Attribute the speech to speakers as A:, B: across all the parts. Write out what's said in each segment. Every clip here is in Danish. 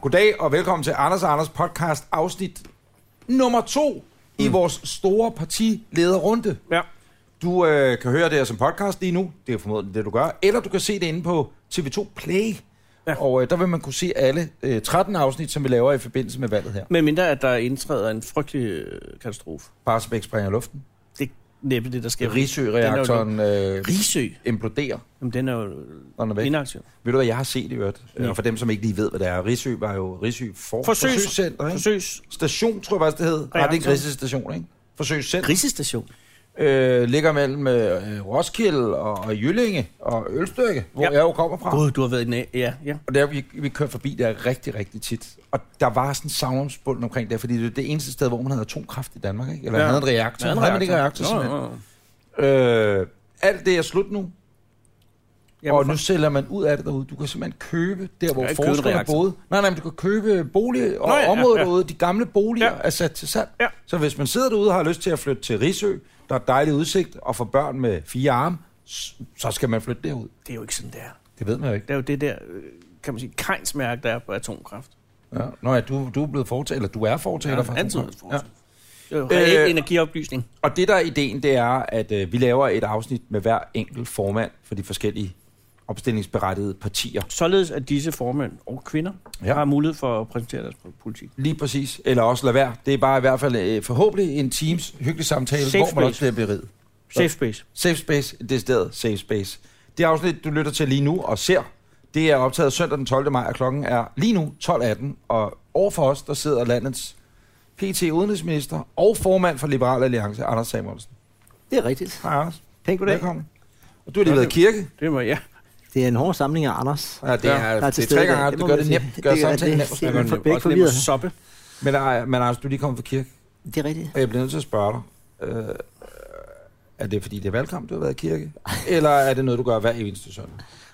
A: Goddag og velkommen til Anders og Anders podcast afsnit nummer to mm. i vores store partilederrunde.
B: Ja.
A: Du øh, kan høre det her som podcast lige nu, det er formodentlig det, du gør, eller du kan se det inde på TV2 Play, ja. og øh, der vil man kunne se alle øh, 13 afsnit, som vi laver i forbindelse med valget her.
B: Med mindre, at der indtræder en frygtelig øh, katastrofe.
A: Barsebæk springer i luften,
B: Det er næppe det, der sker. Den
A: Risø-reaktoren øh,
B: er jo- Risø?
A: imploderer,
B: Jamen, den er jo
A: når den er væk.
B: inaktiv.
A: Ved du, hvad jeg har set i øvrigt?
B: Nej.
A: Øh, for dem, som ikke lige ved, hvad det er. Risø var jo Risø for...
B: Forsøgs-
A: Forsøgscenter, ikke?
B: Forsøgs.
A: Station, tror jeg faktisk, det hed. Nej, det er en
B: Reaktor.
A: grisestation, ikke? Forsøgscenter.
B: Grisestation.
A: Øh, ligger mellem øh, Roskilde og, og Jyllinge og Ølstykke, hvor
B: Ja.
A: jeg jo kommer fra.
B: Gud, du har været i den af- Ja, ja.
A: Og der, vi, vi kørte forbi der rigtig, rigtig tit. Og der var sådan savnomsbunden omkring det, fordi det er det eneste sted, hvor man havde atomkraft i Danmark, ikke? Eller ja.
B: Ja.
A: havde en reaktor.
B: Ja, en
A: Havde man ikke
B: reaktor.
A: reaktor, simpelthen.
B: Nå, nå, nå.
A: Øh, alt det er slut nu.
B: Ja,
A: og
B: hvorfor?
A: nu sælger man ud af det derude. Du kan simpelthen købe der, hvor
B: kan ikke købe en
A: forskerne
B: reaktor.
A: boede. Nej, nej, men du kan købe bolig og
B: Nå ja, ja,
A: området
B: ja.
A: derude. De gamle boliger
B: Ja.
A: er sat til salg.
B: Ja.
A: Så hvis man sidder derude og har lyst til at flytte til Risø, der er dejlig udsigt, og for børn med fire arme, s- så skal man flytte derud.
B: Det er jo ikke sådan, det er.
A: Det ved man jo ikke.
B: Det er jo det der, øh, kan man sige, kejnsmærke, der er på atomkraft.
A: Ja. Nå ja, du, du er blevet fortaler, eller du er fortaler for
B: Anton
A: Ja.
B: Det er jo reel
A: Øh,
B: energioplysning.
A: Og det, der er ideen, det er, at øh, vi laver et afsnit med hver enkelt formand for de forskellige opstillingsberettigede partier.
B: Således at disse formænd og kvinder
A: Ja.
B: ja. har mulighed for at præsentere deres politik.
A: Lige præcis. Eller også lad være. Det er bare i hvert fald øh, forhåbentlig en teams hyggelig samtale,
B: Safe
A: hvor man
B: space.
A: også bliver beriget.
B: Safe space.
A: Safe space, det er stedet safe space. Det afsnit, du lytter til lige nu og ser, det er optaget søndag den 12. maj, og klokken er lige nu 12.18. Og overfor os, der sidder landets PT udenrigsminister og formand for Liberal Alliance, Anders Samuelsen.
C: Det er rigtigt.
A: Hej Anders.
C: Pænt goddag.
A: Velkommen. Og du har lige været i kirke.
B: Det var, ja.
C: Det er en hård samling af Anders.
A: Ja, det
B: Ja.
A: er,
C: Der er
A: det
C: til
A: er
C: stede
A: tre
C: i dag.
A: gange,
C: Det
A: det
C: må
A: gør
C: man
A: det
C: sige.
A: nemt. Gør
C: Det gør-
A: samtalen
C: det-
A: nemt. at
C: det-
A: snakke om.
C: For
B: jo
C: begge
B: også nemt
C: forvirret.
B: at soppe.
A: Men, øh, men Anders, du er lige kommet fra kirke.
C: Det er rigtigt.
A: Og jeg bliver nødt til at spørge dig. Øh, er det fordi, det er valgkamp, du har været i kirke? Eller er det noget, du gør hver eneste søndag?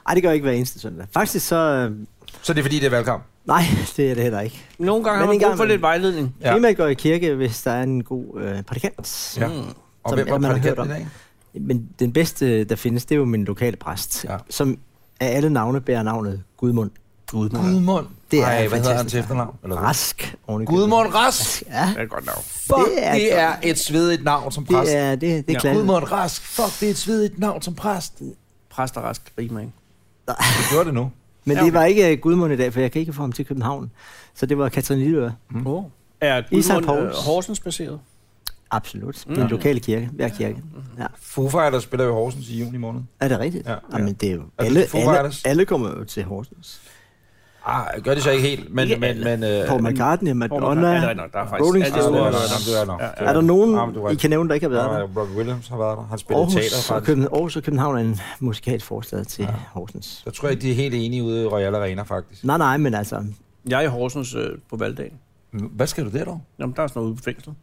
C: Ej, det gør jeg ikke hver eneste søndag. Faktisk så... Øh,
A: Så det er fordi, det er valgkamp?
C: nej, det er det heller ikke.
B: Nogle gange har
C: Men
B: man
C: en
B: brug
C: gang
B: for lidt
C: imellem.
B: vejledning.
A: Ja.
C: Ja. Primært går jeg i kirke, hvis der er en god øh, prædikant.
A: Ja.
B: Mm.
A: Og
C: Som
A: hvem var
C: man har
A: prædikant
C: hørt om.
A: i dag?
C: Men den bedste, der findes, det er jo min lokale præst,
A: Ja.
C: ja. som af alle navne bærer navnet Gudmund. Gudmund.
A: Gudmund.
C: Det er
A: Ej, hvad hedder han
C: fantastisk.
A: til efternavn? Eller hvad?
C: Rask. oven i købet.
A: Gudmund Rask.
C: Ja,
B: Det er et godt navn.
A: Fuck,
C: Det er
A: det
C: godt.
A: er et svedigt navn som præst.
C: det er, det, det
B: Ja.
C: er ja.
A: Gudmund Rask. Fuck, det er et svedigt navn som præst. Du
B: Præst og rask rimer ikke.
A: gjorde det nu.
B: Ja,
C: Men
B: okay.
C: det var ikke øh, Gudmund i dag, for jeg kan ikke få ham til København. Så det var Katrine Lilleøre.
B: Mm. Oh. Er
C: Isak
B: Gudmund øh,
C: Pouls.
B: Horsens baseret?
C: Absolut. Mm.
B: Ja.
C: Den lokale kirke. Hver kirke. Ja.
A: Foo Fighters spiller jo i Horsens i juni måned.
C: Er det rigtigt?
A: Ja.
C: Ja. Jamen, det er jo...
A: Er du
C: alle,
A: til Foo
C: alle,
A: Fighters?
C: alle kommer jo til Horsens.
A: Ah, gør det så ikke helt, men...
B: Ikke
A: men, men øh,
C: Paul McCartney, Madonna.
B: Ja, der er nok. Der er faktisk
C: Rolling
B: alle
A: ah,
B: de store-
A: det er
C: Stones.
A: nok, det er nok.
B: Ja, ja.
C: Er der nogen,
A: Ah, men du er
C: I
A: ret.
C: kan nævne, der ikke har været
A: Nej,
C: der?
A: Robbie Williams har været der. Han spiller teater,
C: Aarhus, og
A: faktisk.
C: København, Aarhus og København er en musikalsk forstad til ja. Horsens.
A: Der tror jeg, de er helt enige ude i Royal Arena, faktisk.
C: Nej, nej, men altså,
B: Jeg er i Horsens øh, på valgdagen.
A: Hvad skal du der dog?
B: Jamen, der er sådan noget ude på fængslet.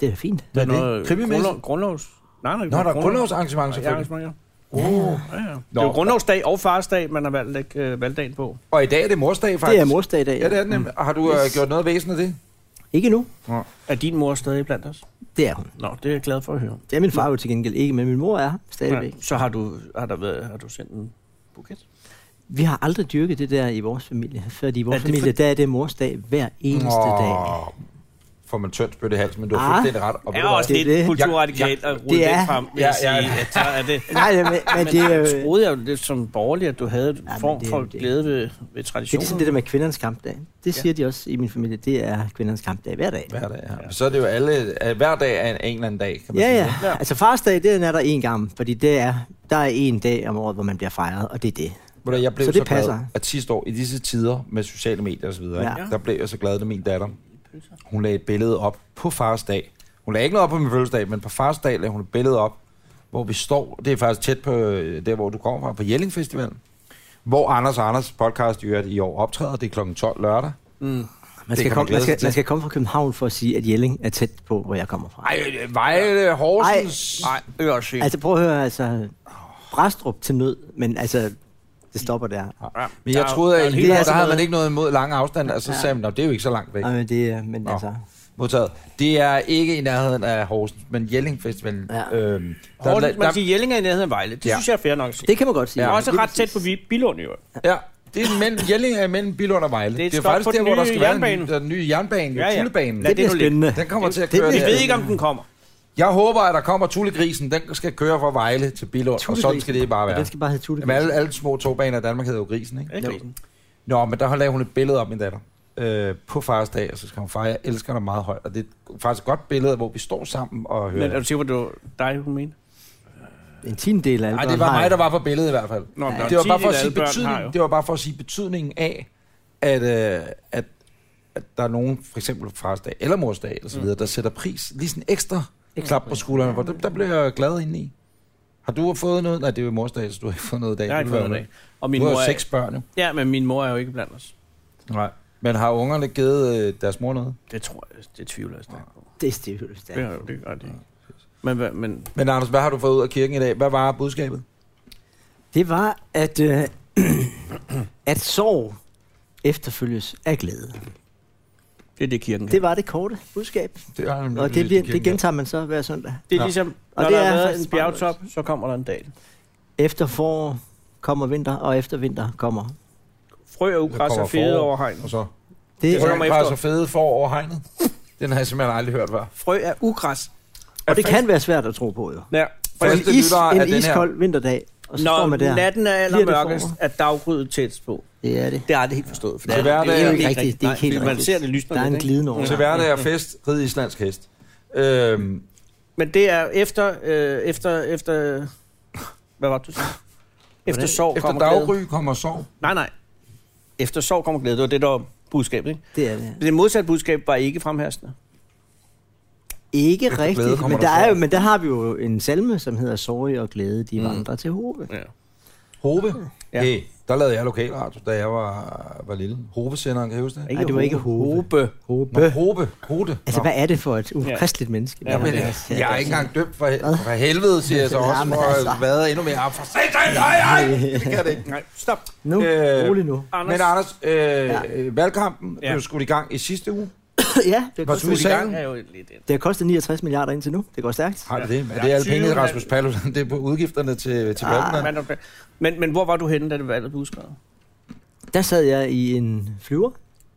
C: det er fint.
B: Der
A: Hvad er det?
B: noget, øh,
A: Krimimesse?
B: grundlov- Grundlovs... Nej, nej,
A: Nå, der er
B: grundlovs-
A: grundlovsarrangement
B: Ja,
A: selvfølgelig.
B: arrangementer.
A: Uh.
B: Ja, ja. Det
A: Nå.
B: er jo grundlovsdag og farsdag, man har valgt at lægge øh, valgdagen på.
A: Og i dag er det morsdag, faktisk.
C: Det er morsdag i dag.
A: Ja, det er den nemlig. Og Har du øh, gjort noget væsen af det?
C: Ikke nu.
B: Er din mor stadig blandt os?
C: Det er hun.
B: Nå, det er jeg glad for at høre.
C: Det er min far jo til gengæld ikke, men min mor er her stadigvæk.
B: Ja. Så har du, har, der været, har du sendt en buket?
C: Vi har aldrig dyrket det der i vores familie, fordi i vores
B: Er det
C: familie,
B: for-
C: der er det morsdag hver eneste dag.
A: Åh, Får man tønt spytte i halsen, men du har
C: Ah.
A: fuldstændig ret. Og ved
B: Er
A: du hvad?
B: også
C: det er
B: lidt
C: det.
B: kulturradikalt at rulle
C: det
B: det
C: er-
B: frem, vil
A: Ja,
B: jeg
A: ja,
B: sige.
A: ja.
B: at Så er det...
C: Nej, men, men det er jo...
B: Men troede jeg jo lidt som borgerlig, at du havde en
C: men
B: form
C: det er
B: for
C: jo det.
B: glæde ved, ved
C: Det er
B: traditionen.
C: ligesom det der med kvindernes kampdag. Det siger de også i min familie, det er kvindernes kampdag hver dag.
A: Hver dag, ja. Så er det jo alle... øh, Hver dag er en, en eller anden dag, kan man
C: Ja,
A: sige.
C: ja.
B: Ja.
C: Altså farsdag, den er der en gang, fordi det er, der er en dag om året, hvor man bliver fejret, og det er det.
A: Ved du, jeg blev så,
C: Så det
A: så glad,
C: passer.
A: at sidste år, i disse tider med sociale medier osv., ja.
C: Ja.
A: der blev jeg så glad, da min datter, hun lagde et billede op på fars dag. Hun lagde ikke noget op på min fødselsdag, men på fars dag lagde hun et billede op, hvor vi står, det er faktisk tæt på øh, der, hvor du kommer fra, på Jelling Festivalen, hvor Anders og Anders podcast i, øvrigt i år optræder, det er kl. 12 lørdag.
C: Man
A: kan
C: skal,
A: man
C: komme,
A: glæde
C: man,
A: sig
C: skal,
A: til.
C: man skal komme fra København for at sige, at Jelling er tæt på, hvor jeg kommer fra.
A: Ej, øh, Vejle, Horsens. Ej.
B: Nej, det er også sygt.
C: Altså prøv at høre, altså Brastrup til nød, men altså, det stopper der.
B: Ja,
A: Men
B: der
A: jeg
B: er jo-
A: troede,
B: der er
A: at
B: en
A: i
B: hel
A: Jylland,
C: masse
A: der havde man
C: noget.
A: ikke noget imod lange afstande, og så sagde man, "Nå, det er jo ikke så langt væk.
C: Ej, men det, er- men altså,
A: Modtaget. Det er ikke i nærheden af Horsens, men Jelling Festivalen.
C: Ja.
A: Øhm, der, der,
B: Horsens, man kan
A: der,
B: sige, Jelling er i nærheden af Vejle. Det
A: Ja.
B: synes jeg er fair nok at sige.
C: det kan man godt sige.
B: Det er
C: Ja,
B: også ret tæt på Vi- Billund i øvrigt.
A: ja, Det er mellem, Jelling er mellem Billund og Vejle.
B: Det er et
A: Det er
B: stop
A: faktisk
B: på den
A: der, hvor der
B: nye
A: skal være en,
B: jernbane.
A: der er den nye jernbane,
B: Ja,
A: ja,
B: ja.
A: ja. Tulebanen.
B: Lad det
C: Det bliver
B: nu ligge.
C: spændende.
A: Den kommer til at
C: det-
A: køre
B: Vi
A: der.
B: ved ikke, om den kommer.
A: Jeg håber, at der kommer Tulegrisen. Den skal køre fra Vejle til Billund, og sådan skal det bare
C: Ja,
A: være.
C: den skal bare hedde Tutte.
A: Jamen, alle, alle små togbaner i Danmark hedder jo Grisen, ikke?
B: Ikke
C: Jo.
B: Grisen?
A: Nå, men der har lavet hun et billede op, min datter, øh, på fars dag, og så skal hun far, jeg elsker dig meget højt. Og det er faktisk et godt billede, hvor vi står sammen og hører.
B: Men er du sikker på, at det var dig, hun mente?
C: En tiendel af alle
A: Nej, det
C: børn
A: var
C: har
A: mig,
C: jo-
A: der var på billedet i hvert fald.
B: Nå, men der er
A: det, var
B: en
A: bare for at sige
B: tiendedel af alle børn har
A: betydningen,
B: jo.
A: det var bare for at sige betydningen af, at, øh, at, at der er nogen, for eksempel på fars dag eller mors dag, eller
B: Mm.
A: så videre, der sætter pris, lige sådan ekstra klap på skuldrene, hvor der, der bliver jeg glad indeni. Har du fået noget? Nej, det er jo mors dag, så du har ikke fået noget i dag.
B: Jeg har ikke
A: Du
B: fået
A: er-
B: noget af. Og
A: Du
B: min
A: har
B: mor
A: jo
B: er,
A: seks børn, jo.
B: Ja, men min mor er jo ikke blandt os.
A: Nej. Men har ungerne givet øh, deres mor noget?
B: Det tror jeg, det tvivler jeg stærkt på.
C: Det er stivt.
B: Det har jo det, gør det ikke. Men, hvad- men
A: Men Anders, hvad har du fået ud af kirken i dag? Hvad var budskabet?
C: Det var, at, øh, at sorg efterfølges af glæde.
B: det er det, kirken kan.
C: Det var det korte budskab,
A: Det er,
C: og det, bliver, det gentager man så hver søndag.
B: Det er
A: Nå.
B: ligesom,
C: Og
B: når
C: det
B: der
C: er
B: har været
C: faktisk
B: en bjergtop, så kommer der en dal.
C: Efter forår kommer vinter, og efter vinter kommer.
B: Frø og
A: Der
B: ugræs
A: kommer
B: er fede
A: forår.
B: over hegnet.
A: Og så
C: Det
B: Så
C: er,
B: kommer
A: er bare
B: efter.
A: så fede for over hegnet. Den har jeg simpelthen aldrig hørt før.
B: Frø er ugræs.
C: og det kan være svært at tro på, jo.
B: Ja.
C: For en,
A: Første
C: is,
A: lyttere af
C: en
A: den her.
C: iskold vinterdag, og så står
B: Når
C: man der.
B: natten er
C: Bliver det
B: allermørkest,
C: forår?
B: er daggrydet tæt på.
C: Det er det.
B: Det har det helt forstået. For
A: Det er hverdag.
C: Det er jo
A: Ikke
C: ikke rigtigt. Det er ikke helt
B: Nej,
C: rigtigt.
B: Man ser det lysner
C: Der er
B: lidt,
C: en
B: ikke?
C: glidende over.
A: Til hverdag og fest, rid islandsk hest. Øhm,
B: Men det er efter, øh, efter, efter, hvad var det, du sagde? Efter sorg
A: efter
B: kommer glæde.
A: daggry kommer sov.
B: Nej, nej. Efter sorg kommer glæde. Det var det, der var budskabet, ikke?
C: Det er det.
B: Det modsatte budskab var ikke fremherskende.
C: Ikke
A: Efter glæde
C: rigtigt,
A: kommer
C: men
A: der
C: der, er jo,
A: sorg. Mm.
C: men der har vi jo en salme, som hedder Sorg og glæde, de vandrer til hovedet.
B: Ja.
A: Hove. Ja.
B: Ja.
A: Hey, der lavede jeg lokalradio, da jeg var, var lille. Hove-senderen, kan I huske det?
C: Ej, det var ikke hovedet.
B: Hobe.
A: Nå, Hove. Hode.
C: Altså,
A: Nå.
C: hvad er det for et ukristeligt menneske?
B: Ja,
C: vi har
A: Men,
C: med
A: jeg,
C: os? Ja,
A: jeg er
C: det
A: ikke engang dømt for, for helvede, siger jeg så
C: Ja,
A: også,
C: men
A: for at
C: altså.
A: have været endnu mere op for satan, nej, nej, det kan det ikke.
B: Nej, stop.
C: Nu,
A: Øh,
C: rolig nu.
A: Men
B: Anders,
A: Anders, øh, ja. valgkampen
B: Ja.
A: blev skudt i gang i sidste uge.
C: ja, det
A: Var
C: har
A: du
C: kostet,
A: i salen?
B: er jo lidt et.
C: det har kostet 69 milliarder indtil nu. Det går stærkt.
A: Har det det? Er
B: Ja.
A: det alle pengene,
B: 20
A: Rasmus Paludan? Det er på udgifterne til, til
C: Ah,
A: valgene?
B: Men, men, men hvor var du henne, da det valget blev udskrevet?
C: Der sad jeg i en flyver.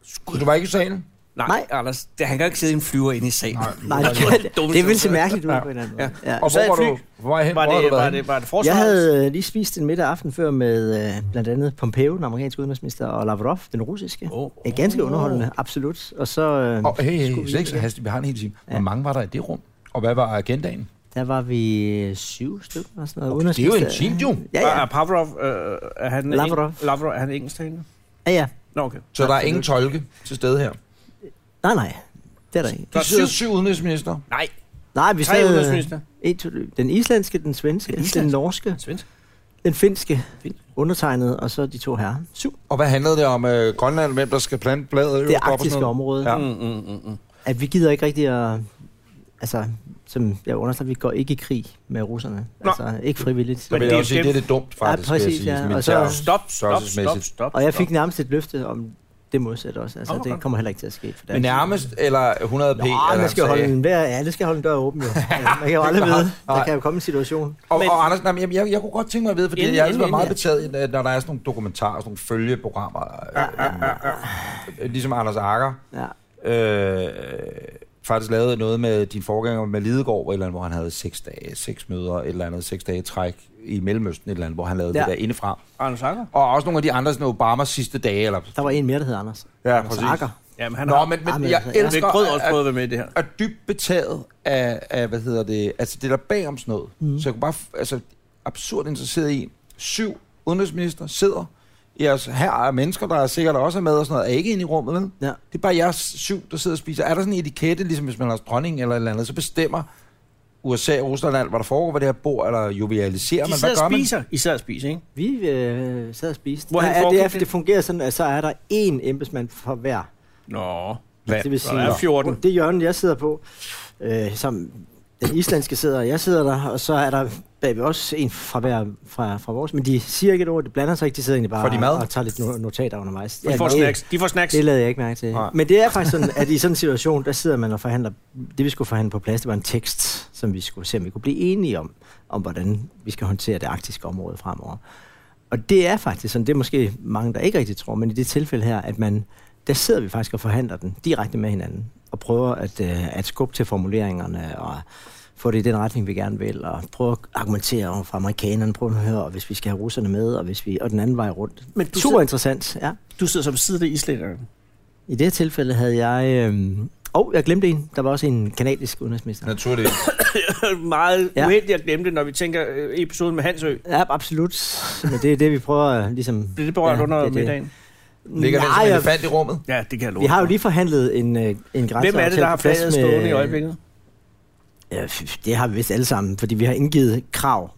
A: Så du var ikke i salen?
B: Nej,
C: Nej.
B: Anders, det, han kan ikke sidde i en flyver inde i salen.
A: Nej.
C: Nej, det,
B: dumt,
C: det ville se
B: så-
C: mærkeligt ud på en eller anden måde. Ja.
A: Og
B: sad
A: hvor var
B: i fly.
A: du? Hvor var jeg hen?
B: Var
A: Hvor har
B: det,
A: du
B: var
A: været
B: det, var det
C: Jeg
B: forsvaret?
C: havde øh, lige spist en middag aften før med øh, blandt andet Pompeo, den amerikanske udenrigsminister, og Lavrov, den russiske.
B: Åh.
C: Oh. Ganske underholdende, absolut. Og så øh,
A: henne? Og hey, hey, hey,
C: Skulle vi
A: så ikke så
C: ikke?
A: hastigt, vi har en hel time. Hvor
C: Ja.
A: mange var der i det rum? Og hvad var agendaen?
C: der var vi øh, syv stykker og sådan noget.
A: Det er jo en
C: udenrigsminister-
A: time, jo. Ah.
C: Ja,
B: Ja, ja.
C: ja.
B: Er Pavlov, øh, er han
C: Lavrov.
B: Eng, Lavrov, er han engelsktalende?
C: ja, ja.
B: Nå, okay.
A: Så der er ingen tolke til stede her.
C: Nej, nej. Det er der ikke.
B: Der
A: Der
B: er
A: sidder
B: syv-
A: syv udenrigsminister.
B: Nej,
C: Nej, vi
B: tre
C: sad... øh,
B: udenrigsminister.
C: en, to, den islandske, den svenske,
B: Den
C: den, den
B: islandske?
C: norske,
B: Svensk.
C: den finske,
B: Fin.
C: undertegnet, og så de to herrer.
A: Syv. Og hvad handlede det om øh, Grønland? Hvem der skal plante bladet?
C: Det
A: øverst op og sådan
C: arktiske
A: noget?
C: område.
A: Ja.
B: Mm, mm, mm, mm.
C: at vi gider ikke rigtig at... Altså, som jeg understreger, vi går ikke i krig med russerne.
B: Nå.
C: Altså, ikke frivilligt.
A: Så
B: Men
A: vil
B: det
A: jeg
B: er
A: også sige,
B: jo
A: det er lidt dumt faktisk,
C: Ja, præcis,
A: vil jeg sige,
C: ja.
A: militær-
C: Og så-
B: Stop, stop, stop,
A: størrelsesmæssigt.
B: stop.
C: Og jeg fik
B: stop.
C: nærmest et løfte om det modsatte også. Altså,
B: Nå, okay.
C: det kommer heller ikke til at ske. For der er
A: Men
C: ikke-
A: nærmest, altså, eller 100 p?
C: Nå, man skal holde en, hver, ja, det skal holde en dør åben. Jo. Altså, man kan jo aldrig vide. Der kan jo komme en situation.
A: Og,
B: Men-
A: og Anders, nej, men jeg, jeg, jeg kunne godt tænke mig at vide, fordi
B: Inden-
A: jeg har altid været
B: inden-
A: meget betaget, af, når der er sådan nogle dokumentarer, sådan nogle følgeprogrammer, øh, øh, ligesom Anders Akker,
C: Ja.
A: øh, faktisk lavede noget med din forgænger med Lidegaard, eller et eller andet, hvor han havde seks dage, seks møder, et eller andet, seks dage i træk i Mellemøsten, et eller andet, hvor han lavede ja.
C: Ja.
A: det der indefra.
B: Anders Anker?
A: Og også nogle af de andre, sådan Obamas sidste dage, eller...
C: Der var en mere, der hed Anders.
A: Ja,
C: Anders Akker.
B: Jamen, han
A: Nå,
B: har...
A: men,
C: Ah,
A: men
C: men
A: jeg
C: altså, ja.
B: Jeg
A: elsker...
B: prøvede også
A: at-
B: prøvet at være med i det her.
A: er dybt betaget af, af, hvad hedder det, altså det der bagom sådan noget.
B: Mhm.
A: Mm. Så jeg kunne bare, f- altså absurd interesseret i, syv udenrigsminister sidder, jeres her er mennesker, der er sikkert også er med og sådan noget, er ikke inde i rummet, vel?
C: Ja.
A: Det er bare jeres syv, der sidder og spiser. Er der sådan en etikette, ligesom hvis man har dronning eller et eller andet, så bestemmer USA, Rusland og alt, hvad der foregår ved det her bord, eller jovialiserer
B: De
A: man, hvad
B: sidder
A: gør
B: og
A: man?
B: spiser. I sidder og spiser, ikke?
C: Vi øh, sad og spiste.
B: Hvor
C: Der
B: han
C: er, det,
B: foregik
C: er,
B: det?
C: det fungerer sådan, at så er der én embedsmand for hver.
B: Nå.
C: Det vil
B: Der er
C: sige,
B: 14.
C: det hjørne, jeg sidder på, øh, som den islandske sidder, og jeg sidder der, og så er der bagved også en fra, hver, fra, fra vores, men de siger ikke et ord, de blander sig ikke, de sidder egentlig bare
A: Får de mad?
C: og tager lidt no- notater undervejs.
B: De får
C: det-
B: snacks. De får snacks.
C: Det lavede jeg ikke mærke til.
A: Nej.
C: Men det er faktisk sådan, at i sådan en situation, der sidder man og forhandler, det vi skulle forhandle på plads, det var en tekst, som vi skulle se, om vi kunne blive enige om, om hvordan vi skal håndtere det arktiske område fremover. Og det er faktisk sådan, det er måske mange, der ikke rigtig tror, men i det tilfælde her, at man, der sidder vi faktisk og forhandler den direkte med hinanden, og prøver at, øh, at skubbe til formuleringerne, og få det i den retning, vi gerne vil, og prøve at argumentere over for amerikanerne, prøve at høre, og hvis vi skal have russerne med, og, hvis vi, og den anden vej rundt.
B: Men du
C: Super
B: sidder-
C: interessant, ja.
B: Du sidder som side af islænderne.
C: I det her tilfælde havde jeg... Øh, oh, jeg glemte en. Der var også en kanadisk udenrigsminister.
A: Naturligt.
B: Meget ja.
C: Ja.
B: uheldigt at glemme det, når vi tænker øh, episoden med Hansø.
C: Ja, absolut. Men det er det, vi prøver øh, ligesom...
B: Bliver det berørt ja,
C: Ja,
B: under
C: det
B: det,
C: er det.
B: middagen?
A: Ligger den som
C: Nej,
A: en
C: jeg-
A: elefant i rummet?
B: Ja, det kan jeg love.
C: Vi har jo
B: for.
C: lige forhandlet en, øh, en grænse.
B: Hvem er det, der har flaget stående i øjeblikket?
C: Ja, f- det har vi vist alle sammen, fordi vi har indgivet krav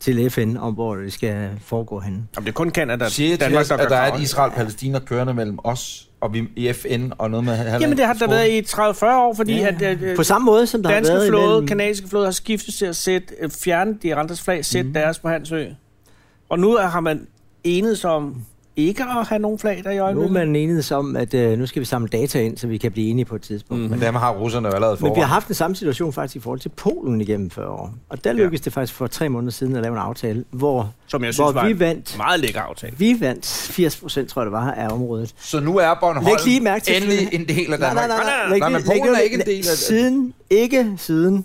C: til FN om, hvor det skal foregå henne.
B: Jamen, det er kun Canada,
A: Siger til
B: Danmark,
A: os,
B: der gør
A: at der er et
B: kraven.
A: Israel-Palæstina kørende mellem os og vi i FN og noget med... Halland.
B: Jamen, det har der været i 30-40 år, fordi
C: Ja.
B: at, at, at
C: På samme måde, som der har
B: danske
C: været
B: flåde,
C: imellem-
B: kanadiske flåde har skiftet til at sætte, øh, fjerne de andres flag, sætte
C: Mhm.
B: mm. deres på Hansø. Og nu er- har man enet sig om ikke at have nogen flag der i
C: Nu er
B: øjeblikket.
C: man enedes om, at øh, nu skal vi samle data ind, så vi kan blive enige på et tidspunkt.
A: Mm-hmm. Men dem har russerne jo allerede
C: Men vi har
A: forvejen.
C: haft den samme situation faktisk i forhold til Polen igennem 40 år. Og der
B: Ja.
C: lykkedes det faktisk for tre måneder siden at lave en aftale, hvor,
B: Som jeg synes
C: hvor
B: var
C: vi
B: en
C: vandt,
B: meget lækker aftale.
C: vi vandt 80 procent, tror jeg det var, af området.
A: Så nu er
C: Læg lige
A: Bornholm
C: mærke til-
A: endelig en del af Danmark.
C: læg
A: nej, men
C: lige- læg
A: Polen er
C: lige-
A: ikke en del af-
C: Siden, ikke siden.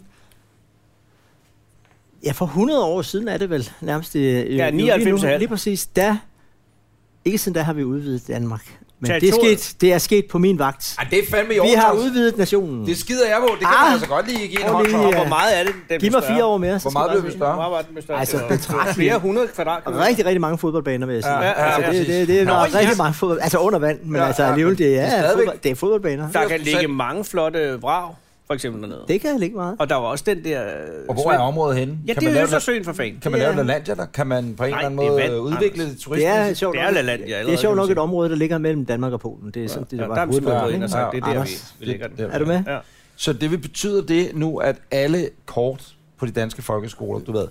C: Ja, for 100 år siden er det vel nærmest. Øh, ja,
B: 99 halv.
C: Lige præcis, da, ikke siden da har vi udvidet Danmark. Men det er,
B: Territoriet.
C: sket, det er sket på min vagt.
A: Ej, det er fandme i
C: Vi
A: orden,
C: har
A: Claus.
C: udvidet nationen.
A: Det skider jeg på. Det kan
C: Ah.
A: man altså godt lige give en
C: Prøv
A: hånd
C: lige,
A: for.
C: ja.
B: Hvor meget er det, den
C: Giv mig fire år mere, så
A: Hvor
C: skal
A: meget
C: der
A: blev
C: også-
A: vi
B: Hvor
A: større?
B: meget var den bestørre?
C: Altså,
B: Altså, flere hundrede kvadratmeter.
C: Rigtig, rigtig mange fodboldbaner, vil jeg sige.
A: Ja, ja,
C: altså, det,
A: præcis.
C: det, det er
A: Nå,
C: nok
A: ja.
C: rigtig mange fodbold, altså under vand, men
A: Ja,
C: altså
A: ja,
C: alligevel, det
A: men
C: er,
A: stadigvæk.
C: fodbold, det er fodboldbaner.
B: Der kan
A: 80%.
B: ligge mange flotte vrag, for eksempel dernede.
C: Det kan jeg ligge meget.
B: Og der var også den der... øh,
A: Og hvor er området henne?
B: Ja,
A: kan
B: det
A: man lave,
B: er
A: noget-
B: Østersøen for fanden.
A: kan man lave
C: Ja.
A: noget land, der? Kan man på en eller
B: Nej,
A: anden
B: det er
A: måde
B: vand,
A: øh, udvikle
B: Anders.
A: det
C: Det
A: turistisk?
C: er sjovt
B: Det
C: nok,
B: er Lalandia
C: det er
B: allerede,
C: sjovt
B: kan man
C: nok et
B: sige.
C: område, der ligger mellem Danmark og Polen. Det er sådan, det
B: Ja,
C: er
B: der
C: bare
B: er vi simpelthen
C: hovedparten,
B: gået ind og
C: ikke?
B: sagt, det er der, vi,
C: Anders,
B: vi lægger den.
C: er du med?
B: Ja.
A: Så det vil betyder det nu, at alle kort på de danske folkeskoler, du ved,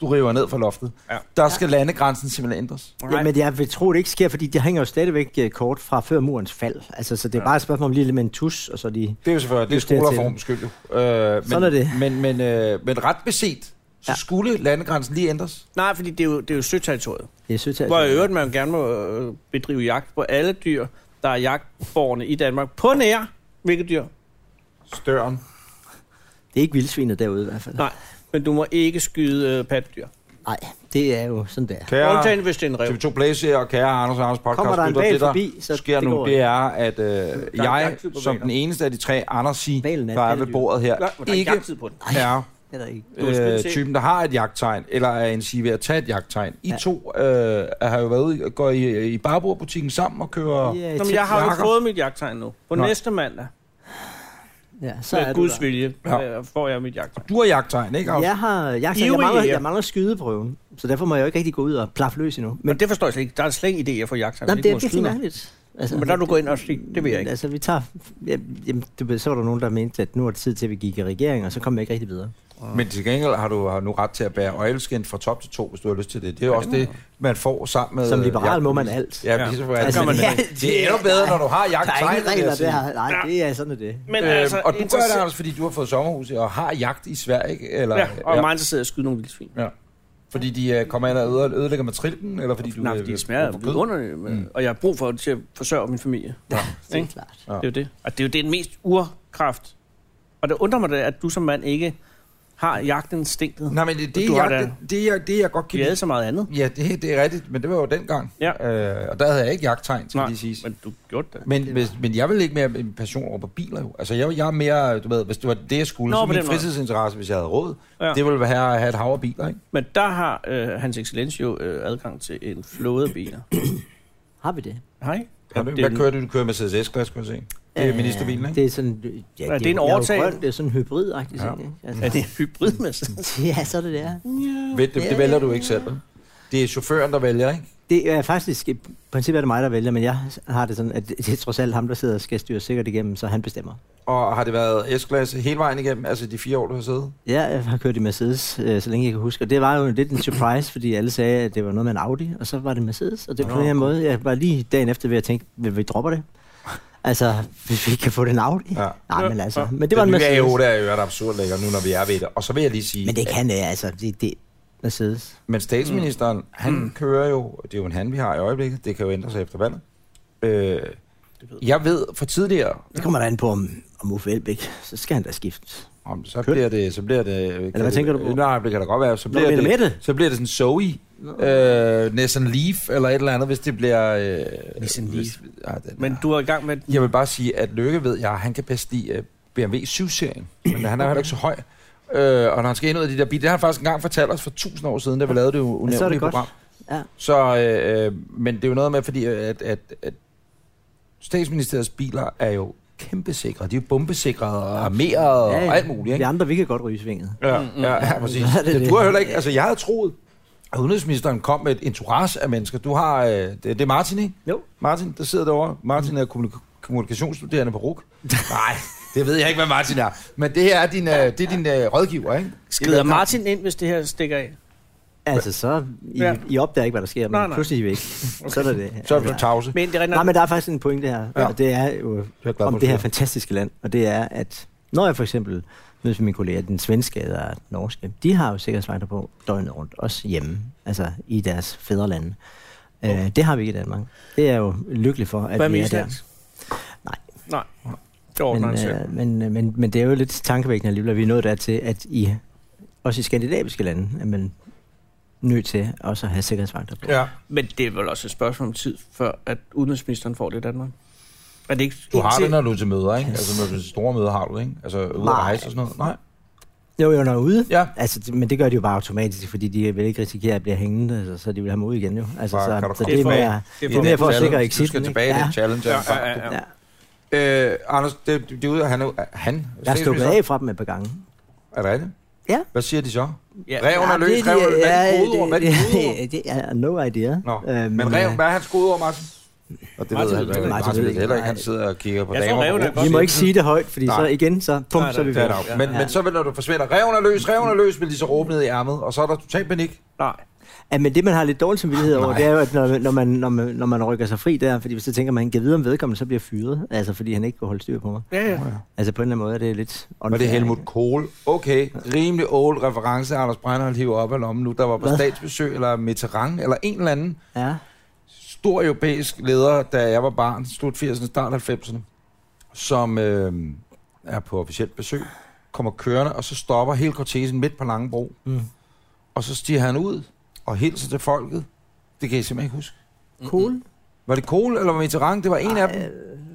A: du river ned fra loftet,
B: Ja.
A: der skal landegrænsen simpelthen ændres.
C: Jamen, jeg vil tro, det ikke sker, fordi det hænger jo stadigvæk øh, kort fra før murens fald. Altså, så det er bare et spørgsmål om lige lidt med en tus, og så de...
A: Det er jo selvfølgelig, det er
C: Just dertil.
A: skoler for ordens skyld. jo. Øh, men,
C: Sådan er det.
A: Men, men, øh, men ret beset, så
C: Ja.
A: skulle landegrænsen lige ændres.
B: Nej, fordi det er jo, det er jo søterritoriet.
C: Jeg synes, altså,
B: Hvor i øvrigt man gerne må øh, bedrive jagt på alle dyr, der er jagtborgerne i Danmark. På nær, hvilke dyr?
A: Støren.
C: Det er ikke vildsvinet derude i hvert fald.
B: Nej, men du må ikke skyde øh, pattedyr.
C: Nej, det er jo sådan der.
B: Undtagen
A: Kære
B: hvis det er en rev.
A: TV2 Play og kære Anders og Anders podcast.
C: Kommer der en
A: lytter,
C: hval
A: det, der
C: forbi, så
A: sker
C: det
A: nu,
C: går
A: det
C: ikke.
A: er, at øh, jeg,
B: jagttid på
A: som
B: hvaler.
A: den eneste af de tre, Anders sig,
C: Hvalen er
A: der er
C: et
A: ved
C: pattedyr.
A: bordet her,
B: Nej, hvor der er
A: ikke
B: jagttid på den.
A: er
C: Det er der ikke.
B: Du er spændt
A: øh,
B: til.
A: typen, der har et jagttegn, eller er en sige ved at tage et jagttegn. I ja.
C: Ja.
A: to øh, har jo været ude, går i, i barborbutikken sammen og kører...
C: Ja,
B: Nå, men jeg har jo
A: Jakob.
B: fået mit jagttegn nu. På
A: Nå.
B: næste mandag,
C: ja, så er
B: med
C: du
B: Guds
C: der.
B: vilje,
A: Ja.
B: øh, får jeg mit jagttegn.
A: Du har jagttegn, ikke? Claus?
C: Jeg har, jeg, jeg,
B: Ivrige
C: mangler,
B: jæger.
C: jeg mangler skydeprøven, så derfor må jeg jo ikke rigtig gå ud og plaffe løs endnu.
B: Men det forstår jeg slet ikke. Der er slet ikke idé, jeg får jagttegn.
C: Nej,
B: hvis ikke
C: men det er
B: må
C: virkelig
B: skyde mig.
C: mærkeligt. Altså,
B: Men der er du gået ind og sige, det vil jeg ikke.
C: Altså, vi tager... Ja, jamen, du ved, så var der nogen, der mente, at nu er det tid til, at vi gik i regering, og så kom jeg ikke rigtig videre.
A: Men til gengæld har du har nu ret til at bære øjelskin fra top til to, hvis du har lyst til det. Det er jo også det, man får sammen med...
C: Som liberal
A: jagtpoliti.
C: må man alt.
A: Ja,
B: øh, Ja.
A: ja.
B: Der
A: Altså,
B: kan man
A: det,
C: det.
A: det, det er endnu bedre, når du har
C: Der er
A: jagttegn.
C: ikke regler der. Nej, det er sådan er det.
B: Men
A: Øh,
B: altså,
A: og du gør det,
B: interesse-
A: Anders, fordi du har fået sommerhus og har jagt i Sverige, ikke? Eller,
B: Ja, og er meget interesseret i at skyde nogle vildsvin.
A: ja. Fordi de øh, kommer ind og øde- ødelægger matrilken, eller fordi du...
B: Nej,
A: øh,
B: fordi de
A: vil-
B: smager
A: vil-
B: vidunderligt, mm. og jeg har brug for det til at forsørge min familie.
C: Det er
B: Ikke?
C: klart.
A: Ja.
B: Det er jo det. Og det er jo det den mest urkraft. Og det undrer mig da, at du som mand ikke har jagten stinket.
A: Nej, men det, det,
B: Du har
A: jeg,
B: da-
A: det, det, jeg, det jeg godt kan
B: Vi havde så meget andet.
A: Ja, det, det er rigtigt, men det var jo dengang.
B: Ja.
A: Øh, og der havde jeg ikke jagttegn, skal
B: Nej,
A: lige siges.
B: men du gjorde det.
A: Men, hvis, men jeg vil ikke mere en passion over på biler jo. Altså jeg, jeg er mere, du ved, hvis det var det, jeg skulle,
B: Nå,
A: Nå, så
B: på den
A: min
B: måde.
A: fritidsinteresse, hvis jeg havde råd,
B: Ja.
A: ja. det ville være at have et hav af biler, ikke?
B: Men der har øh, hans excellens jo øh, adgang til en flåde af biler.
C: Har vi det?
B: Hej.
A: Har du, hvad kører du? Du kører Mercedes S-klasse, kunne jeg se. Det er
C: Øh,
A: ministerbilen, ikke?
C: Det er sådan... Ja,
B: det er en
C: jo- jeg jo
B: overtagelse.
C: grøn, Det er sådan en hybridagtig
A: Ja.
C: ting, ikke? Altså,
B: Er det en hybrid med sådan?
C: Ja, så er det der.
A: Det, det, det
C: Ja,
A: vælger
C: ja,
A: du ikke selv, vel? Det er chaufføren, der vælger, ikke?
C: Det er faktisk... I princippet er det mig, der vælger, men jeg har det sådan, at det er trods alt ham, der sidder og skal styre sikkert igennem, så han bestemmer.
A: Og har det været S-klasse hele vejen igennem, altså de fire år, du har siddet?
C: Ja, jeg har kørt i Mercedes, øh, så længe jeg kan huske. Og det var jo lidt en surprise, fordi alle sagde, at det var noget med en Audi, og så var det Mercedes. Og det på
A: Nå.
C: den her måde, jeg var lige dagen efter ved at tænke, vil vi dropper det? Altså, hvis vi ikke kan få den Audi?
A: Ja.
C: Ja. Nej, men altså, men det
A: Det
C: var
A: var
C: en
A: den nye
C: Mercedes.
A: A8 er jo ret absurd lækker nu, når vi er ved det. Og så vil jeg lige sige...
C: Men det kan det, øh, altså. Det, det, Mercedes.
A: Men statsministeren, mm. han mm. kører jo, det er jo en han, vi har i øjeblikket, det kan jo ændre sig efter valget. Øh, jeg ved for tidligere,
C: Det kommer da an på, om, om Uffe Elbæk, så skal han da skifte.
A: om, så,
C: Køn.
A: bliver det, så bliver det...
C: hvad tænker du på?
A: Nej, det kan da godt være. Så
C: Nå,
A: bliver,
C: mener
A: det,
C: Mette?
A: så bliver det sådan Zoe, øh, Nathan Leaf eller et eller andet, hvis det bliver... Øh,
B: Nathan Leaf.
A: hvis- Ej, det-
B: Men du er i gang med...
A: Jeg vil bare sige, at Lykke ved jeg, han kan bedst lide øh, BMW 7-serien, men han er jo heller ikke så høj. Øh, og når han skal ind ud af de der biler, det har han faktisk engang fortalt os for tusind år siden, da vi lavede det
C: Ja, så er
A: unævnlige
C: det godt.
A: program.
C: Ja.
A: Så, øh, øh, men det er jo noget med, fordi øh, at, at, at statsministeriets biler er jo kæmpe sikre. De er jo bombesikre og armeret ja, ja. og alt muligt.
C: Vi
A: Ikke?
C: andre, vi kan godt ryge svinget.
A: Ja, ja, ja, præcis.
C: Mm, Hvad er det,
A: Det,
C: det
A: du har
C: er?
A: heller ikke, altså jeg havde troet, at udenrigsministeren kom med et entourage af mennesker. Du har, øh, det, det er Martin, ikke?
C: Jo.
A: Martin, der sidder derovre. Martin er kommunik- kommunikationsstuderende på RUK. Nej, det ved jeg ikke, hvad Martin er. Men det her er din, øh, det er din øh, rådgiver, ikke?
B: Skrider Martin ind, hvis det her stikker af?
C: Altså, så I,
B: Ja.
C: ja. I opdager ikke, hvad der sker, men
B: Nej,
C: nej,
B: nej.
C: nej. pludselig er I væk. Okay. Så er der det.
A: Så er du tavse.
B: Men det er rigtig
C: Nej,
B: nok-
C: men der er faktisk en pointe her,
A: Ja.
C: ja. og det er jo
A: Jeg er glad for,
C: om
A: du
C: det her
A: siger.
C: fantastiske land, og det er, at når jeg for eksempel mødes med mine kolleger, den svenske eller den norske, de har jo sikkerhedsvagter på døgnet rundt, også hjemme, altså i deres fædrelande. Okay. Øh, det har vi ikke i Danmark. Det er jeg jo lykkelig for, at
B: Hvad
C: vi
B: med
C: er der.
B: Island?
C: Nej.
B: Nej. Det ordner han
C: Men,
B: selv.
C: øh, men, øh, men, men det er jo lidt tankevækkende alligevel, at vi er nået dertil, at i, også i skandinaviske lande er man nødt til også at have sikkerhedsvagter på.
A: Ja.
B: Men det er vel også et spørgsmål om tid, før at udenrigsministeren får det i Danmark? Er det ikke
A: Du har
B: indtil-
A: det, når du er til møder, ikke? Altså, når du er til store møder, har du det, ikke? Altså, ude at
C: Nej.
A: rejse og sådan noget. Nej.
C: Jo, jo, når jeg er ude.
A: Ja.
C: Altså, det- men det gør de jo bare automatisk, fordi de vil ikke risikere at blive hængende, altså, så de vil have ham ud igen jo. Altså,
A: Bare, kan du
C: så, så
A: komme
C: det er
B: tilbage?
C: mere,
B: Det er
C: det er mere for at sikre
A: Challenge. Du
C: exiten.
A: skal
C: ikke?
A: tilbage i den challenge.
B: Ja, ja, ja, ja.
C: ja. ja.
A: Øh, Anders, det, det, det er ude, han er han.
C: Jeg har stukket af fra dem et par gange.
A: Er det rigtigt?
C: Ja.
A: Hvad siger de så?
B: Ja.
A: Reven er
C: Ja,
A: løs,
C: det er de-
A: reven er
C: ja,
A: Hvad er dit kodeord? Hvad er dit kodeord?
C: det- det er no idea.
A: Nå,
C: Øh,
A: men reven,
C: øh,
A: hvad er hans kodeord, Martin? Og det
B: Martin
A: ved
B: ved det
A: han,
B: ikke.
A: Martin ved det heller ikke. Han sidder og kigger på
B: Jeg tror,
A: damer.
B: ræven er
A: på
B: godt.
C: vi
A: rus.
C: må ikke sige det højt, fordi
A: Nej.
C: så igen, så, pum,
B: Nej,
C: så er vi
A: Det er
C: væk.
A: der jo. Men, men så vil når du forsvinder, reven er løs, reven er løs, vil de så råbe ned i ærmet, og så er der total panik.
B: Nej.
C: Ja, men det, man har lidt dårlig samvittighed over,
A: Nej.
C: det er jo, at når, når, man, når, man, når man rykker sig fri der, fordi så tænker man, kan vide om vedkommende, så bliver fyret, altså fordi han ikke kunne holde styr på mig.
B: Ja, ja.
C: Altså på en eller anden måde er det lidt unfair.
A: Men det er Helmut
C: ikke?
A: Kohl. Okay, rimelig old reference, Anders Breinholt hiver op af lommen nu, der var på
C: Hvad?
A: statsbesøg, eller Mitterrand, eller en eller anden
C: Ja.
A: stor europæisk leder, da jeg var barn, slut 80'erne, start 90'erne, som øh, er på officielt besøg, kommer kørende, og så stopper hele kortesen midt på Langebro.
C: Mm.
A: Og så stiger han ud og hilser til folket. Det kan jeg simpelthen ikke huske.
C: Cool.
A: Var det Kohl, eller var Mitterrand? Det var en af dem.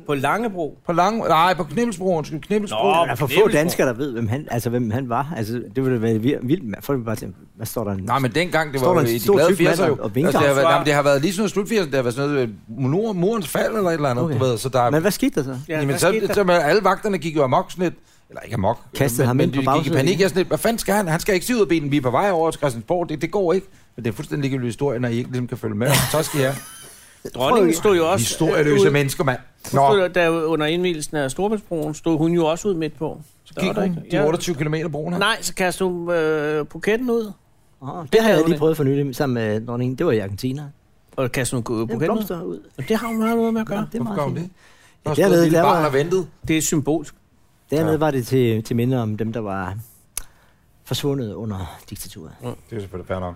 B: På Langebro.
A: På lang... Nej, på Knibelsbro, undskyld. Knibelsbro.
B: Nå,
C: Der er for få
B: Knebelsbro.
C: danskere, der ved, hvem han, altså, hvem han var. Altså, det ville da være vir- vildt. mand. Folk ville bare tænke, hvad står der?
A: Nej, men dengang, det
C: Står
A: var
C: der
A: jo
C: en
A: i de
C: stor
A: glade
C: tyk mand
A: 80'er jo.
C: og- og vinker?
A: Altså, det, har været,
B: Svar.
A: jamen, det har været lige sådan noget slut 80'erne, det har været sådan noget, øh, mur- murens fald eller et eller andet, okay.
C: Okay.
A: du ved, så der er...
C: Men hvad skete der så?
B: Ja,
A: jamen,
B: hvad
A: så,
B: skete der?
A: så, med, alle vagterne gik jo amok sådan lidt, eller ikke amok,
C: Kastede
A: men,
C: ham
A: men
C: ind på
A: de gik i
C: bagsiden,
A: panik,
C: ikke?
A: jeg er sådan lidt, hvad fanden skal han? Han skal ikke se ud af benen, vi er på vej over til Christiansborg, det, det går ikke. Men det er fuldstændig ligegyldig historie, når I ikke ligesom kan følge med. Så skal jeg.
B: Dronningen stod jo også...
A: Historieløse mennesker, mand.
B: Nå.
A: Nå,
B: Stod, der under indvielsen af Storbritannien stod hun jo også ud midt på.
A: så
B: Der var
A: gik
B: der
A: hun
B: ikke-
A: de 28 km broen her.
B: Nej, så kastede hun øh, buketten ud.
C: Oh, det har jeg
B: lavede
C: lige
B: det.
C: prøvet for nylig sammen med dronningen. Det var i Argentina.
B: Og kastede hun øh,
C: Den
B: buketten ud.
C: blomster ud.
B: Jamen, Det har hun meget noget med at gøre.
C: det
A: Hvorfor
C: er meget
A: gør hun
C: fint.
A: det? Der har
C: Jeg
A: stået
C: ved
A: et
C: ikke,
A: lille
C: der
A: barn
C: var-
A: og ventet.
B: Det er symbolsk.
C: Dernede
A: Ja.
C: var det til, til minder om dem, der var forsvundet under diktaturet.
A: Det er selvfølgelig fair nok.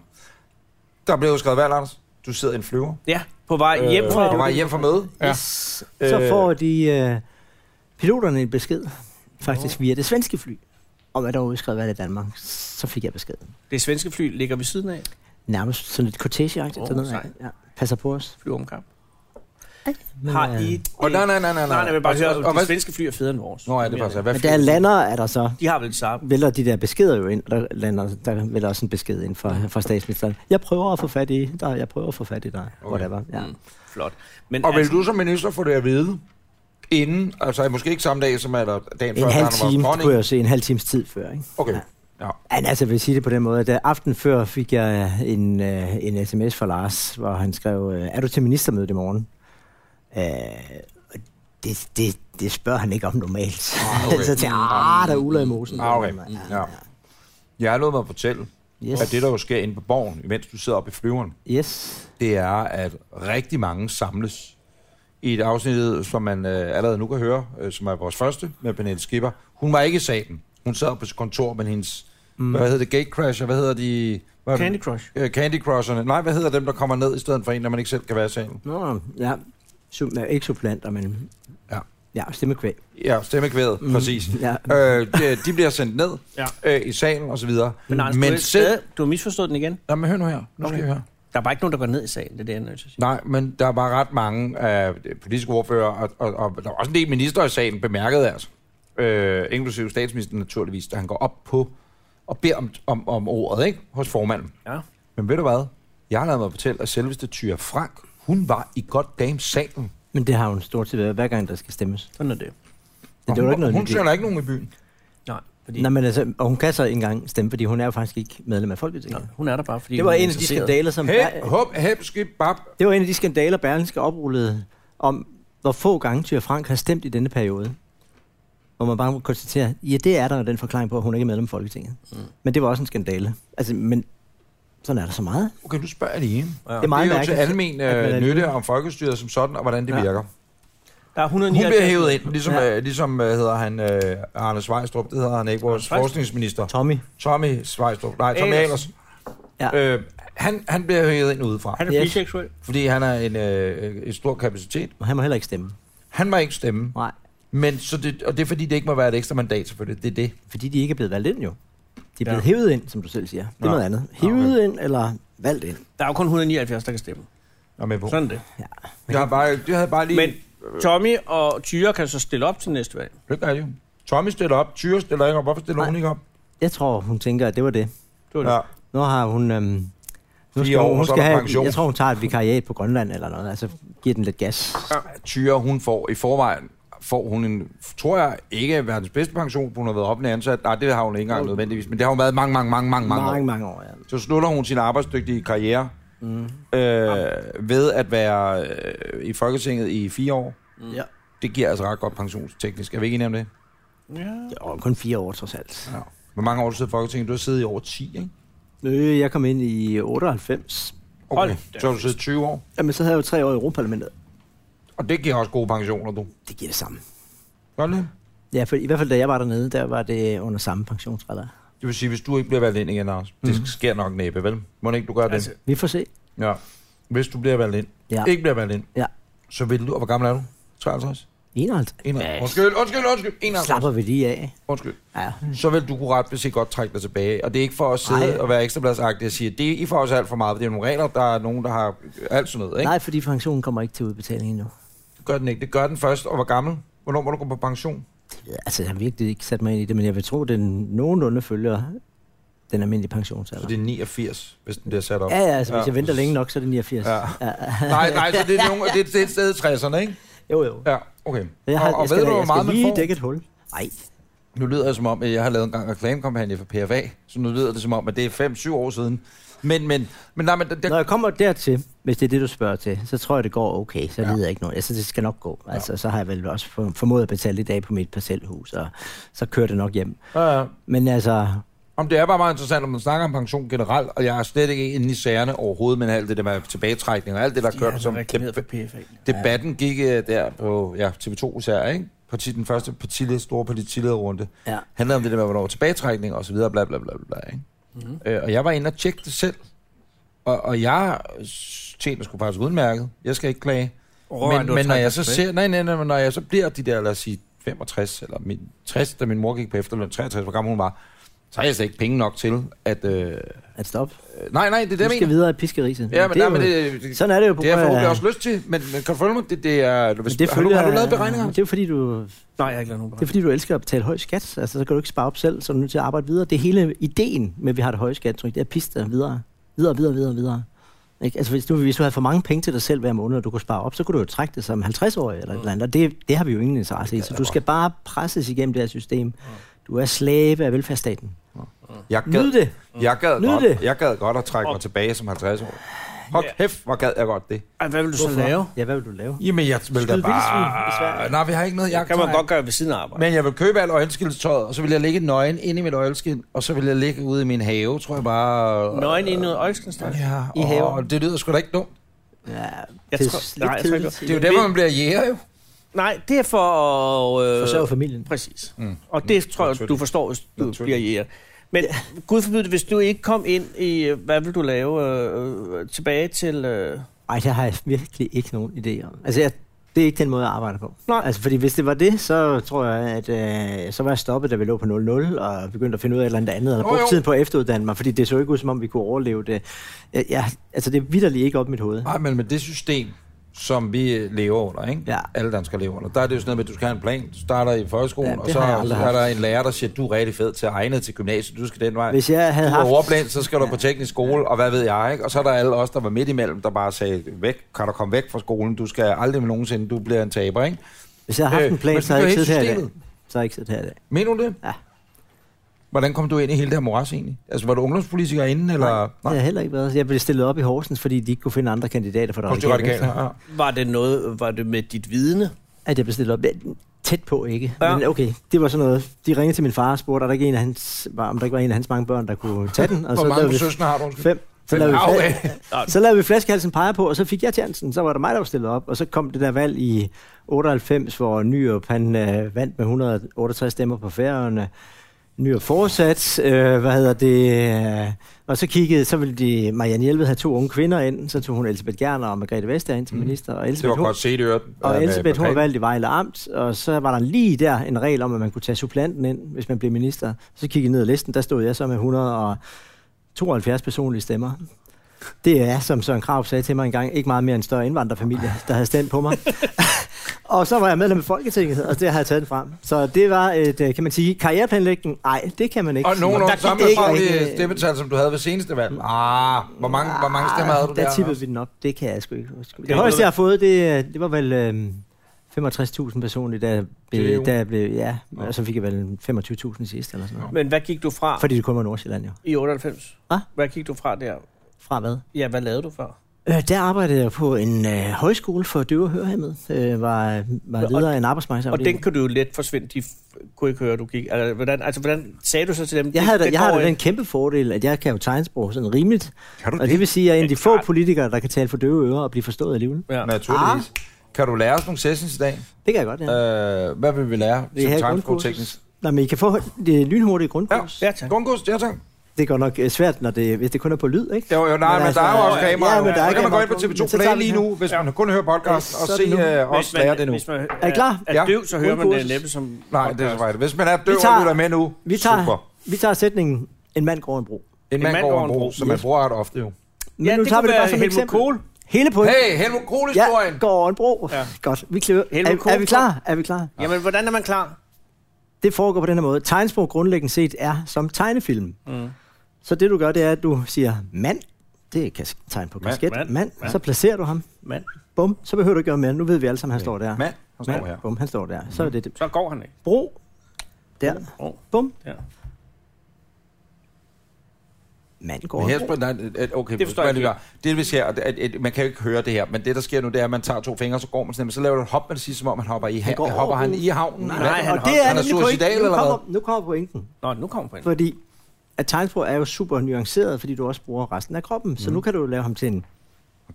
A: Der blev jo skrevet valg, Anders. Du sidder i en flyver.
B: Ja, på vej hjem
A: Øh,
B: fra...
A: På vej hjem fra møde.
B: Ja.
C: Så får de øh, piloterne en besked, faktisk via det svenske fly, om at der var udskrevet valg i Danmark. Så fik jeg beskeden.
B: Det svenske fly ligger ved siden af.
C: Nærmest sådan lidt cortege-agtigt
B: Åh,
C: oh, dernede.
B: sejt.
C: af. Ja. Passer på os.
B: Flyomkamp.
C: Men,
B: Har
C: øh,
B: I...
A: Og nej, nej, nej, nej,
B: Nej, nej, men bare
A: Og-
B: høre,
A: og
B: de
A: hvad-
B: svenske fly er federe end vores.
A: Nå ja, det passer. Hvad
C: Men der er lander, er der så
B: De har vel det samme.
C: vælger de der beskeder jo ind, og der, lander, der vælger også en besked ind fra, fra statsministeren. Jeg prøver at få fat i dig, jeg prøver at få fat i dig,
A: Okay.
C: okay. whatever. Ja.
B: Mm. Flot. Men
A: Og vil
B: altså,
A: du som minister få det at vide, inden, altså måske ikke samme dag, som er der dagen før,
C: En halv
A: der var
C: time, det
A: dronning?
C: kunne jeg jo se, en halv times tid før, ikke?
A: Okay.
C: Ja.
A: Ja.
C: Men altså, jeg vil sige det på den måde, at øh, aften før fik jeg øh, en, øh, en sms fra Lars, hvor han skrev, øh, er du til ministermødet i morgen? Øh, og det, det, det spørger han ikke om normalt.
A: Ah,
C: Ah,
A: okay.
C: okay. så tænkte jeg, ah, der er uler i mosen.
A: Ah, okay. Ja. Jeg har lovet mig at fortælle,
C: Yes.
A: at det, der jo sker inde på borgen, imens du sidder oppe i flyveren,
C: Yes.
A: det er, at rigtig mange samles i et afsnit, som man øh, allerede nu kan høre, øh, som er vores første med Pernille Skipper. Hun var ikke i salen. Hun sad på sit kontor, men hendes Mm. Hvad hedder det? Gatecrasher? Hvad hedder de? Hvad,
B: Candy Crush.
A: øh, Candy Crusherne. Nej, hvad hedder dem, der kommer ned i stedet for en, når man ikke selv kan være i salen?
C: Nå, ja. Sub, nej, ikke supplanter, men...
A: Ja.
C: Ja, stemmekvæg.
A: Ja, stemmekvædet, mm. præcis.
C: Ja.
A: Øh, de, de bliver sendt ned
B: Ja.
A: øh, i salen og så videre.
B: Men, Anders,
A: Mm. men
B: du,
A: selv...
B: selv... du har misforstået den igen.
A: Nå, men hør nu her. Nu skal
B: Okay.
A: okay. høre.
B: Der er bare ikke nogen, der går ned i salen, det er det, jeg er nødt til at sige.
A: Nej, men der var ret mange af de politiske ordfører, og, og, og der var også en del minister i sagen, bemærkede altså. Øh, inklusive statsministeren naturligvis, da han går op på og beder om, om, om ordet ikke? hos formanden.
B: Ja.
A: Men ved du hvad? Jeg har lavet mig fortælle, at selveste Tyre Frank, hun var i godt dame salen.
C: Men det har hun stort set været, hver gang der skal stemmes.
B: Sådan er det.
C: Men det var jo ikke noget
A: hun
C: nyt i.
A: sender ikke nogen i byen.
B: Nej, fordi
C: Nej, men altså, og hun kan så ikke engang stemme, fordi hun er jo faktisk ikke medlem af Folketinget.
B: nej, hun er der bare, fordi
C: Det var
B: hun er
C: en af de
B: interesseret.
C: skandaler, som...
A: Hæb, hop, hæb, skib, bab.
C: Det var en af de skandaler, Berlingske oprullede om, hvor få gange Tyre Frank har stemt i denne periode. Hvor man bare må konstatere, ja, det er der den forklaring på, at hun ikke er medlem af Folketinget. Mm. Men det var også en skandale. Altså, men sådan er der så meget.
A: Okay, nu spørger jeg lige.
B: Ja.
A: Det er, meget det er jo til
C: mærkeligt,
A: almen
C: at man
A: øh,
C: er
A: nytte om folkestyret som sådan, og hvordan det
C: Ja.
A: ja. virker.
B: Der er
A: Hun
B: 179
A: bliver hævet ind, ligesom,
C: Ja.
A: ja. øh, ligesom øh, hedder han øh, Arne Svejstrup, det hedder han ikke, vores
B: Svejstrup.
A: forskningsminister.
C: Tommy.
A: Tommy Svejstrup, nej, Tommy Ahlers.
B: Ahlers.
C: Ja.
A: Øh, han, han bliver hævet ind udefra,
B: Han er
C: Yes.
B: biseksuel.
A: fordi han har en, øh, øh, en stor kapacitet.
C: Og han må heller ikke stemme.
A: Han må ikke stemme,
C: Nej.
A: men, så det, og det er fordi, det ikke må være et ekstra mandat selvfølgelig, det er det.
C: Fordi de ikke er blevet valgt ind jo. De er blevet
B: Ja.
C: ja. hævet ind, som du selv siger. Det er
A: Nå.
C: noget andet. Hævet okay. ind eller valgt ind.
B: Der er jo kun 179, der kan stemme.
A: Jeg er med på.
B: Sådan er det.
A: Jeg har bare, jeg havde bare lige...
B: Men Tommy og Tyre kan så stille op til næste valg.
A: Det gør jeg jo. Tommy stiller op, Tyre stiller ikke op, hvorfor stiller
C: Nej.
A: hun ikke op?
C: Jeg tror, hun tænker, at det var det.
B: Det var det.
A: Ja.
C: Nu har hun... Øhm, nu
A: Fire år, så er der pension.
C: jeg tror, hun tager et vikariat på Grønland eller noget. Altså, giver den lidt gas.
A: Tyre, hun får i forvejen, får hun en, tror jeg, ikke verdens bedste pension, hun har været offentlig ansat. Nej, det har hun ikke engang nødvendigvis, men det har hun været mange, mange, mange, mange, mange
C: mange,
A: år.
C: mange år ja.
A: Så slutter hun sin arbejdsdygtige karriere mm. øh, ved at være øh, i Folketinget i fire år.
C: Ja.
A: Det giver altså ret godt pensionsteknisk. Er vi ikke enige om det?
B: Ja.
C: Jo, kun fire år trods alt.
A: Ja. Hvor mange år har du siddet i Folketinget? Du har siddet i over 10, ikke?
C: Øh, jeg kom ind i 98.
B: Hold
A: Okay.
B: da.
A: Så har du siddet 20 år.
C: Jamen, så havde jeg jo tre år i Europaparlamentet.
A: Og det giver også gode pensioner, du.
C: Det giver det samme.
A: Gør det?
C: Ja, for i hvert fald da jeg var dernede, der var det under samme pensionsretter.
A: Det vil sige, hvis du ikke bliver valgt ind igen, Anders, mm. det sker nok næppe, vel? Må ikke du gør det?
B: Altså,
C: Vi får se.
A: Ja. Hvis du bliver valgt ind,
C: Ja.
A: ja. ikke bliver valgt ind,
C: Ja.
A: så vil du... Og hvor gammel er du? 53?
C: 51.
A: 51. Undskyld, undskyld, undskyld. 51.
C: Slapper vi lige af.
A: Undskyld.
C: Ja.
A: Så vil du kunne ret beset godt trække dig tilbage. Og det er ikke for at sidde
C: Nej.
A: og være ekstrabladsagtig og sige, at det, I får også alt for meget, for det er nogle regler, der er nogen, der har alt sådan noget. Ikke?
C: Nej, fordi pensionen kommer ikke til udbetaling endnu.
A: Det gør den ikke. Det gør den først. Og hvor gammel? Hvornår må du gå på pension?
C: Ja, Altså, jeg har virkelig ikke sat mig ind i det, men jeg vil tro, at den nogenlunde følger den almindelige pensionsalder.
A: Så det er 89, hvis den bliver sat op.
C: Ja, ja, altså, hvis
A: Ja.
C: jeg venter længe nok, så er det 89.
A: Ja. Nej, nej, så det er, nogen, det, er- det er et sted i 60'erne, ikke?
C: Jo, jo.
A: Ja, okay.
C: Jeg, har,
A: og, og
C: jeg skal,
A: ved du,
C: da-
A: hvor
C: jeg skal
A: meget man
C: lige
A: får?
C: dække et hul. Nej,
A: Nu lyder det som om, at jeg har lavet en gang reklamekampagne for PFA, så nu lyder det som om, at det er 5-7 år siden. Men, men, men nej, men
C: Når
A: det,
C: jeg kommer dertil, hvis det er det, du spørger til, så tror jeg, det går okay. Så
A: Ja.
C: lider jeg ikke noget. Altså, det skal nok gå. Altså, så har jeg vel også for- formået at betale i dag på mit parcelhus, og så kører det nok hjem.
A: øh,
C: Men altså,
A: om det er bare meget interessant, om man snakker om pension generelt, og jeg er slet ikke inde i sagerne overhovedet, men alt det der med tilbagetrækning og alt det, der
B: de
A: kørte
B: har
A: som
B: reklameret
A: kæmpe.
B: for PFA.
A: Debatten gik øh, der på ja, TV2 især, ikke? Parti, den første partiled, store partilederrunde.
C: ja.
A: handler om det der med, hvornår tilbagetrækning og så videre, bla bla bla bla, bla ikke?
B: Mhm.
A: Mm-hmm. Øh, og jeg var inde og tjekke det selv, og, og jeg tjener sgu faktisk udmærket, jeg skal ikke klage.
B: Overvej,
A: men
B: du har
A: men når
B: trækket
A: jeg så
B: tilbage.
A: ser, nej, nej, nej, men når jeg så bliver de der, lad os sige, 65, eller min, 60, da min mor gik på efterløn, 63, hvor gammel hun var, så har jeg slet ikke penge nok til, at... Øh, øh,
C: At stoppe.
A: nej, nej, det er det,
C: Du
A: jeg
C: skal
A: mener.
C: videre i piskeriset.
A: Ja, men,
C: det er
A: nej, men
C: jo-
A: det, det,
C: sådan er det jo på
A: det har jeg
C: grund af-
A: forhåbentlig også lyst til, men, men kan du følge mig? Det, det er, hvis,
C: Men
A: det har, du, har du lavet beregninger?
C: Det er jo fordi, du,
B: Nej, jeg har ikke lavet nogen
C: det er, fordi, du elsker at betale høj skat. Altså, så kan du ikke spare op selv, så er du nødt til at arbejde videre. Det er hele ideen med, at vi har det høje skattetryk, det er at piste dig videre. Videre, videre, videre, videre. Ikke? Altså, hvis, du, hvis du havde for mange penge til dig selv hver måned, og du kunne spare op, så kunne du jo trække det som 50-årig eller et eller andet. Og det, det har vi jo ingen interesse i. Så du skal bare presses igennem det her system. Du er slave af velfærdsstaten.
A: Jeg
C: Nyd det.
A: Jeg gad,
C: Nyd
A: godt,
C: det.
A: jeg gad godt at trække mig tilbage som 50 år. Hold
B: Ja.
A: kæft, hvor gad jeg godt det.
B: Ej, hvad vil du så lave?
C: Ja, hvad vil du lave?
A: Jamen, jeg vil da
C: Skyde vildsvin i
A: bare...
C: Sverige.
A: Nej, vi har ikke noget jagt.
B: Kan man godt gøre ved siden af arbejde.
A: Men jeg vil købe alt øjenskildstøjet, og så vil jeg lægge nøgen ind i mit øjenskin, og så vil jeg ligge ude i min have, tror jeg bare.
B: Nøgen ind i noget øjeblikkenstand.
A: Ja,
C: I
A: I have.
C: haven.
A: Det lyder sgu da ikke dumt.
C: Ja,
B: Jeg
C: det er
B: tror-
C: lidt
B: nej, jeg tror ikke-
C: kedeligt.
A: Det er jo derfor, man bliver jæger, jo.
B: Nej, det er for at... Øh,
C: Forsørge familien.
B: Præcis.
A: Mm.
B: Og det tror jeg,
A: Naturligt.
B: du forstår, hvis du
A: Naturligt.
B: bliver jæger. Men gud forbyde det, hvis du ikke kom ind i, øh, hvad vil du lave øh, øh, tilbage til... Øh,
C: Ej, det har jeg virkelig ikke nogen idé om. Altså, jeg, det er ikke den måde, jeg arbejder på.
B: Nej.
C: Altså, fordi hvis det var det, så tror jeg, at øh, så var jeg stoppet, da vi lå på 0-0, og begyndte at finde ud af et eller andet andet, eller
A: Jo,
C: brugte
A: jo.
C: tiden på at efteruddanne mig, fordi det så ikke ud, som om vi kunne overleve det. Jeg, jeg, altså, det er vidderligt ikke op i mit hoved.
A: Nej, men med det system, som vi øh, lever under, ikke?
C: Ja.
A: alle danskere lever under, der er det jo sådan noget med, at du skal have en plan, du starter i folkeskolen,
C: Ja,
A: ja, og
C: det
A: så
C: har jeg aldrig
A: er
C: haft.
A: der en lærer, der siger, du er rigtig fed til egnet til gymnasiet, du skal den vej.
C: Hvis jeg havde
A: du er
C: haft...
A: overblænd, så skal du på teknisk skole, og hvad ved jeg, ikke? Og så er der alle os, der var midt imellem, der bare sagde, væk, kan du komme væk fra skolen, du skal aldrig nogensinde, du bliver en taber, ikke?
C: Hvis jeg havde haft
A: Øh,
C: en plan,
A: men
C: så havde jeg
A: det er
C: ikke siddet her i dag.
A: systemet.
C: Så havde jeg ikke siddet her i dag.
A: Mener du det?
C: Ja.
A: Hvordan kom du ind i hele det her moras egentlig? Altså, var du ungdomspolitiker inden, eller?
C: Det har jeg heller ikke været. Jeg blev stillet op i Horsens, fordi de ikke kunne finde andre kandidater for det
A: Hos de radikale?
C: Venstre.
A: Ja.
B: var, det noget, var det med dit vidne?
C: At jeg blev stillet op. Ja, Tæt på ikke.
B: Ja.
C: Ja. Men okay, det var sådan noget. De ringede til min far og spurgte, er der ikke en af hans, var- om der ikke var en af hans mange børn, der kunne tage den. Og
A: Hvor
C: lavede
A: mange
C: vi
A: søsne har du? undskyld?
C: fem. Så
A: Fem.
C: lavede, vi,
A: Au,
C: fla-
A: øh.
C: så lavede vi flaskehalsen peger på, og så fik jeg chancen. Så var det mig, der var stillet op. Og så kom det der valg i 98, hvor Nyrup han, øh, vandt med 168 stemmer på færøerne. Nyrup fortsat, øh, hvad hedder det... Øh, og så kiggede, så ville de, Marianne Hjelved have to unge kvinder ind, så tog hun Elisabeth Gerner og Margrethe Vestager ind som minister. Og
A: Mm. Det var
C: Elisabeth, hun,
A: godt set i øret. Ja,
C: og
A: med-
C: Elisabeth, hun var
A: med-
C: valgt i Vejle Amt, og så var der lige der en regel om, at man kunne tage supplanten ind, hvis man blev minister. Så kiggede jeg ned ad listen, der stod jeg så med 172 personlige stemmer. Det er, som Søren Krav sagde til mig engang, ikke meget mere en større indvandrerfamilie, der havde stemt på mig. og så var jeg medlem af Folketinget, og det har jeg taget den frem. Så det var et, øh, kan man sige, karriereplanlægning. Nej, det kan man ikke.
A: Og
C: sige.
A: nogen
C: Der
A: af
C: gik
A: samme
C: ikke
A: faglige
C: rigtig- Mm.
A: stemmetal, som du havde ved seneste valg. Ah, hvor mange, hvor mange stemmer havde du der?
C: der tippede vi den op. Det kan jeg sgu ikke huske. Det,
B: ikke
C: højeste,
B: noget-
C: jeg har fået, det, øh, det var vel øhm, 65.000 personligt, da jeg
A: Det er jo-
C: blev, da jeg blev, ja, og så fik jeg vel 25.000 sidst eller sådan noget.
B: Men hvad gik du fra
C: Fordi det kun var Nordsjælland jo.
B: i 98?
C: Hva?
B: Hvad gik du fra der?
C: Fra hvad?
B: Ja, hvad lavede du før?
C: Øh, der arbejdede jeg på en øh, højskole for døve og hørehæmmede. Øh, var, var
B: Og-
C: leder af en
B: Og den
C: arbejdsmarkedsafdeling.
B: kunne du jo let forsvinde, de f- kunne ikke høre, du gik. Altså, hvordan, altså, hvordan sagde du så til dem?
C: Jeg havde, da, jeg
B: går
C: havde da den
B: ikke?
C: kæmpe fordel, at jeg kan jo tegnsprog sådan rimeligt.
A: Kan du
C: Og
A: det?
C: det vil sige, at jeg er en af de
B: Ja, klart.
C: få politikere, der kan tale for døve ører og blive forstået alligevel.
B: Ja.
A: Naturligvis. Kan du lære os nogle sessions i dag?
C: Det kan jeg godt, Ah. ja.
A: Øh, hvad vil vi lære
C: Vil I have et
A: som
C: grundkursus?
A: teknisk?
C: Nå, men I kan få det lynhurtige grundkurs.
B: Ja, tak.
A: Grundkurs, ja tak.
C: Det går nok øh, svært, når det, hvis det kun er på lyd, ikke?
A: Det var jo, nej,
C: Men
A: men,
C: altså,
A: der er jo også
B: ja,
A: kamera.
C: ja,
A: Ja,
C: men der er
A: der kan man
C: kamera
A: gå ind på
C: på.
A: TV2
C: Men så
A: Play
C: tager vi
A: lige
C: den her.
A: nu, hvis man kun hører podcast,
C: Ja,
A: og
C: sådan
A: se
C: nu.
A: øh, os lære det nu.
B: Hvis man,
C: Er I klar?
B: Er
A: Ja.
B: døv, så hører man det
C: Grundkursus.
B: næppe som...
A: Nej, det er så rigtigt. Hvis man er døv
C: Vi
A: og
C: tager-
A: lytter med nu,
C: Vi tager,
A: super.
C: vi tager sætningen, en mand går en bro.
A: En mand går over en bro,
B: bro,
A: som man
C: yes.
A: bruger ret ofte jo.
C: Men
B: Ja,
C: nu
B: det
C: tager
B: kunne
C: vi det
B: være
C: bare som et
B: Helmut
C: eksempel.
B: Kohl.
C: Hele pointen.
A: Hey, Helmut Kohl-historien!
C: jeg går over en bro.
B: Ja.
C: Ja. Godt, vi klipper.
B: Helmut
C: Er,
B: Kohl
C: er vi klar? Er vi klar?
B: Jamen, hvordan er man klar?
C: Det foregår på den her måde. Tegnsprog grundlæggende set er som tegnefilm. Mm. Så det du gør, det er, at du siger mand. Det er kas- tegn på kasket.
B: mand,
C: Mand, mand. Så placerer du ham.
B: Mand.
C: Bum. Så behøver du ikke gøre mere. Nu ved vi alle sammen, han står der.
A: Mand, han står her.
C: Bum, han står der. Så er det det.
B: Så går han ikke.
C: Bro. Der.
B: Oh,
C: Bum.
B: ja.
C: Mand går
A: Men
C: en
A: her
C: bro.
A: spørger, nej, at- okay,
B: Det
A: det forstår
B: forstår jeg ikke.
A: jeg Det vil sige, at, at, at, man kan jo ikke høre det her, men det der sker nu, det er, at man tager to fingre, så går man sådan, men så laver du et hop, man siger, som om han hopper i havnen.
C: går
A: Hopper
C: over
A: han
C: broen.
A: i havnen?
B: Nej,
A: Hvad?
B: han
C: Mm. og
B: hopper.
C: det er,
A: Han er
C: nemlig
A: suicidal,
C: pointen.
A: eller
C: Nu
A: hvad?
C: kommer, nu kommer pointen.
B: Nå, nu kommer han.
C: Fordi at tegnsprog er jo super nuanceret, fordi du også bruger resten af kroppen.
A: Mm.
C: Så nu kan du jo lave ham til en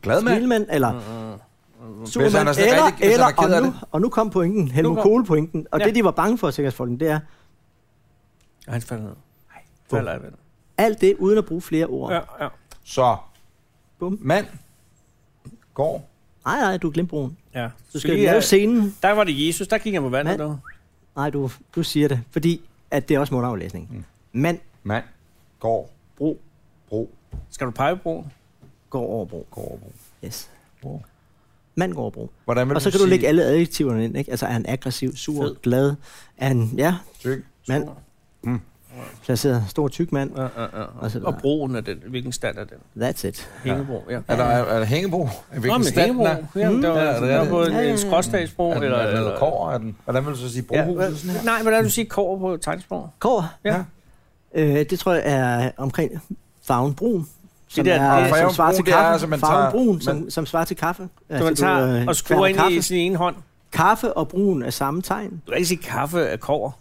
A: Glad mand.
C: smilemand, eller
A: Mm, Hvis han
C: Superman,
A: er sådan
C: eller,
A: rigtig- hvis
C: eller,
A: han er ked af
C: og, nu,
A: det.
C: og nu kom pointen, Helmut
B: kom-
C: Kohl pointen, og
B: Ja.
C: det de var bange for, sikkerhedsfolken, det er
B: Og han falder ned. Nej, falder af vandet.
C: alt det, uden at bruge flere ord.
B: Ja, ja.
A: Så,
C: Bum.
A: mand, går.
C: Nej, nej, du glemte broen.
B: ja.
C: Du
B: Så
C: skal
B: lige,
C: lave
B: øh,
C: scenen.
B: Der var det Jesus, der gik han på vandet.
C: Mand.
B: dog.
C: Nej, du, du siger det, fordi at det er også mundaflæsning. Mm. Mand,
A: Mand, går.
C: bro,
A: Bro,
B: Skal du pege på broen?
C: går over bro.
A: går over bro.
C: Yes.
A: bro.
C: Mand går over bro.
A: Hvordan vil
C: Og så kan
A: sige,
C: du lægge alle adjektiverne ind, ikke? Altså, er han aggressiv, sur,
B: Fed.
C: glad? Er han, ja,
A: Tyk.
C: mand, placeret, stor, tyk mand,
B: Ja, ja, ja.
C: og så
B: Og
C: videre.
B: broen er den. Hvilken stand er den?
C: That's it.
B: Hængebro, ja.
A: Er der, er, er der hængebro?
B: Nå,
A: Hvilken
B: men
A: stand
B: hængebro.
A: den er?
B: Ja, der,
A: Ja,
B: var-
A: det er
B: der
A: det.
B: er på en,
C: Ja, ja, ja.
B: en skråstagsbro.
A: Er den,
B: Eller,
A: er den
B: eller,
A: noget kår? Er den, hvordan vil du så sige
B: Ja,
A: brohuset? sådan her?
B: nej, hvordan vil du sige kår på tegnsprog?
C: Kår,
A: Ja.
C: Øh, det tror jeg er omkring farven brun, som,
B: der- det
C: det der,
B: er-
C: er, som
A: farven
C: svarer
A: brun,
C: til
A: det er,
C: kaffe.
A: altså, man
C: farven
A: tager-
C: brun, som,
A: man-
C: som svarer til kaffe. Altså, øh,
B: Så man tager og skruer ind i
C: kaffe.
B: sin ene hånd.
C: Kaffe og brun er samme tegn.
B: Du kan ikke sige kaffe er kår.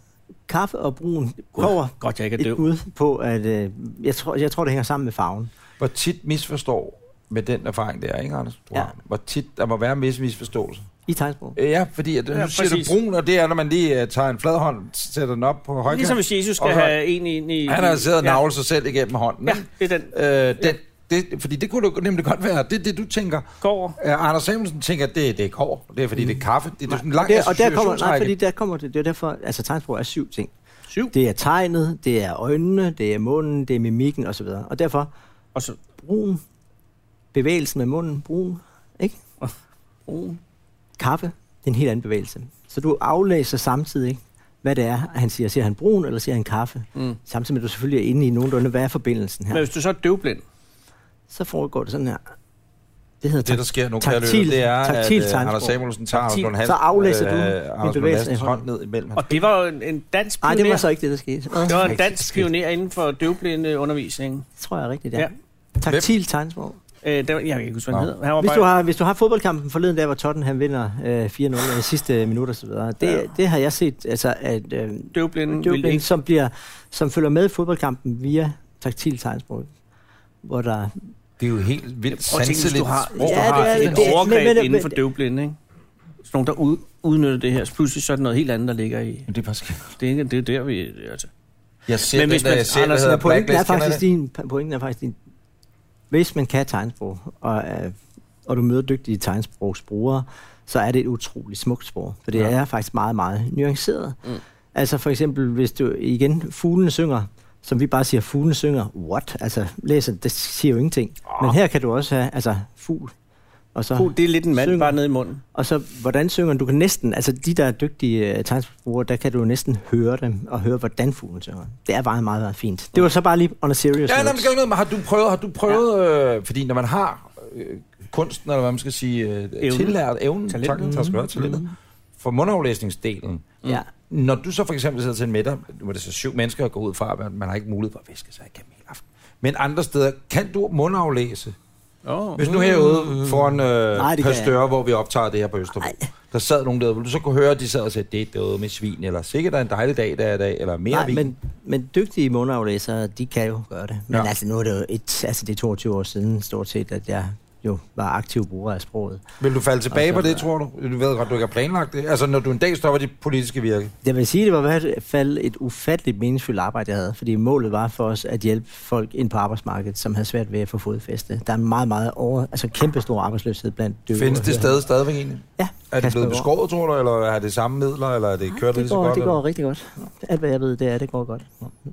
C: Kaffe og brun kommer
B: Godt, jeg ikke er
C: et
B: døv.
C: bud på, at øh, jeg, tror, jeg tror, det hænger sammen med farven.
A: Hvor tit misforstår med den erfaring der, ikke Anders? Du
C: Ja.
A: har. Hvor tit, der må være en vis misforståelse.
C: I tegnsprog.
A: Øh, Ja, fordi at, ja,
B: Ja,
A: nu siger
B: præcis.
A: du brun, og det er, når man lige uh, tager en flad hånd, sætter den op på højkant.
B: Ligesom hvis Jesus skal
A: Og så-
B: have en ind i...
A: Han har siddet og
B: ja.
A: navlet sig selv igennem hånden.
B: Ja,
A: ikke?
B: det er den.
A: Øh, den, det, fordi det kunne du nemlig godt være. Det er det, du tænker.
B: Går.
A: Uh, Anders Samuelsen tænker, at det, det er kår. Det er, fordi det er kaffe. Det, det er sådan en lang
C: Det, og der kommer, nej,
A: associationsrække.
C: fordi der kommer det, det er derfor, altså tegnsprog er syv ting.
B: Syv.
C: Det er tegnet, det er øjnene, det er munden, det er mimikken osv. Og derfor
B: Og så
C: brun, bevægelsen med munden, brun, ikke? Uh,
B: brun.
C: Kaffe, det er en helt anden bevægelse. Så du aflæser samtidig, ikke? hvad det er, han siger. Siger han brun, eller siger han kaffe? Mm. Samtidig med, at du selvfølgelig er inde i nogenlunde, hvad er forbindelsen
B: Men
C: her?
B: hvis du så er døvblind,
C: Så foregår det sådan her. Det hedder
A: Det, der sker nu,
C: Taktil-
A: taktil, kan jeg løbe, det er,
C: taktil
A: at
C: tegnsprog.
A: uh, Anders Samuelsen tager Anders
C: Taktil.
A: Lund Hans,
C: Så aflæser du
A: øh,
C: min
A: Anders Lund
C: bevægelse i
A: Hansens hånd
C: hånden.
A: ned imellem hans.
B: og det var jo en, en dansk
C: Nej,
B: pioner.
C: det var så ikke det, der skete.
B: det var en
C: Det
B: dansk pioner inden for døvblinde undervisning.
C: tror jeg er rigtigt, ja.
B: Ja.
C: ja. Taktil tegnsprog.
B: Øh, der, jeg kan ikke huske, hvad han
A: Nå.
B: hedder. Han var
C: Hvis
B: bare,
C: du, har, hvis du har fodboldkampen forleden der, hvor Tottenham vinder øh, 4-0 i sidste minut og så videre, det,
B: Ja.
C: ja. det har jeg set, altså at øh,
B: døvblinde,
C: det er jo
B: ville
C: en,
B: ikke...
C: som, bliver, som følger med i fodboldkampen via taktil tegnsprog. Hvor der,
A: Det er jo helt vildt
B: Og tænk, hvis
A: sanseligt.
B: du har, hvis du
C: Ja,
B: har
C: det er-
B: et
C: det er-
B: overgreb
C: men- men-
B: inden for
C: men-
B: døvblinde, ikke? Så nogen, der ud, udnytter det her. Så pludselig så er det noget helt andet, der ligger i.
A: Men det er faktisk...
B: Det er, ikke- det er der, vi... Altså.
A: Jeg ser Men
B: Men
A: den,
B: hvis
A: hvis
B: man-
A: jeg ser, der
B: Andersen
A: hedder
B: er
C: altså, pointen, er
A: Blacklist. Kender
C: faktisk
A: det?
C: din, pointen er faktisk din, hvis man kan tegnsprog, og, øh, og du møder dygtige tegnsprogsbrugere, så er det et utroligt smukt sprog, for det
B: Ja.
C: ja. er faktisk meget, meget nuanceret.
B: Mm.
C: Mm. Altså for eksempel, hvis du igen, fuglene synger, som vi bare siger, fuglene synger, what? Altså læser, det siger jo ingenting. Oh. Men her kan du også have, altså fugl, og så...
B: Puh, det er lidt en mand
C: Synger.
B: bare nede i munden.
C: Og så, hvordan synger den? du? kan næsten, altså de der er dygtige uh, tegnsprogbrugere, der kan du jo næsten høre dem, og høre, hvordan fuglen synger. Det er bare meget, meget fint. Det var så bare lige on a serious
A: Ja,
C: note.
A: nej, men skal jeg ned, men har du prøvet, har du prøvet øh, fordi når man har øh, kunsten, eller hvad man skal sige, øh,
B: Evnen.
A: tillært evnen,
B: Talent.
A: talentet, tak skal du have, talentet, for mundaflæsningsdelen,
C: mm. Ja.
A: når du så for eksempel sidder til en middag, nu er det så syv mennesker at gå ud fra, men man har ikke mulighed for at viske sig igennem hele aften. Men andre steder, kan du mundaflæse?
B: Oh.
A: Hvis nu herude foran øh,
C: Nej,
A: Nej,
C: det kan
A: Pastør, hvor vi optager det her på Østerbro, Nej. der sad nogen der, ville du så kunne høre, at de sad og sagde, det er derude med svin, eller sikkert er en dejlig dag, der er i dag, eller mere
C: Nej,
A: vin.
C: men, men dygtige mundaflæsere, de kan jo gøre det. Men
A: Ja.
C: ja. altså, nu er det jo et, altså, det er 22 år siden, stort set, at jeg jo var aktiv bruger af sproget.
A: Vil du falde tilbage
C: Og så-
A: på det, tror du? Du ved godt, du ikke har planlagt det. Altså, når du en dag stopper dit politiske virke.
C: Jeg vil sige, det var i hvert fald et ufatteligt meningsfuldt arbejde, jeg havde, fordi målet var for os at hjælpe folk ind på arbejdsmarkedet, som havde svært ved at få fodfæste. Der er en meget, meget over, altså kæmpe stor arbejdsløshed blandt døve.
A: Findes
C: og
A: det stadig
C: hørehæmmede.
A: stadigvæk egentlig?
C: Ja,
A: Er det
C: Kasper
A: blevet
C: Borg.
A: beskåret, tror du, eller er det samme midler, eller er det kørt lige
C: det
A: så
C: går,
A: godt?
C: det
A: eller?
C: går rigtig godt. Alt hvad jeg ved, det er, det går godt.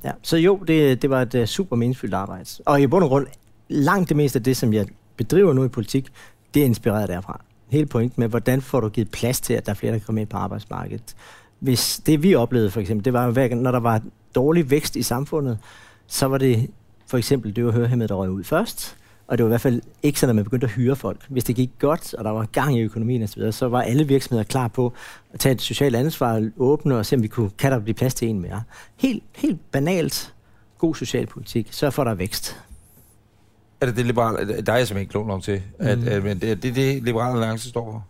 C: Ja. Så jo, det, det var et uh, super meningsfyldt arbejde. Og i bund og grund, langt det meste af det, som jeg bedriver nu i politik, det er inspireret derfra. Hele pointen med, hvordan får du givet plads til, at der er flere, der kommer ind på arbejdsmarkedet. Hvis det, vi oplevede for eksempel, det var, jo hver gang, når der var dårlig vækst i samfundet, så var det for eksempel det var hørehæmmede, der røg ud først. Og det var i hvert fald ikke sådan, at man begyndte at hyre folk. Hvis det gik godt, og der var gang i økonomien osv., så var alle virksomheder klar på at tage et socialt ansvar, åbne og se, om vi kunne, kan der blive plads til en mere. Helt, helt banalt god socialpolitik. Sørg for, at der er vækst.
A: Er det det liberale? Der er jeg simpelthen ikke klog nok til. At, at, men det er det, det liberale alliance står for.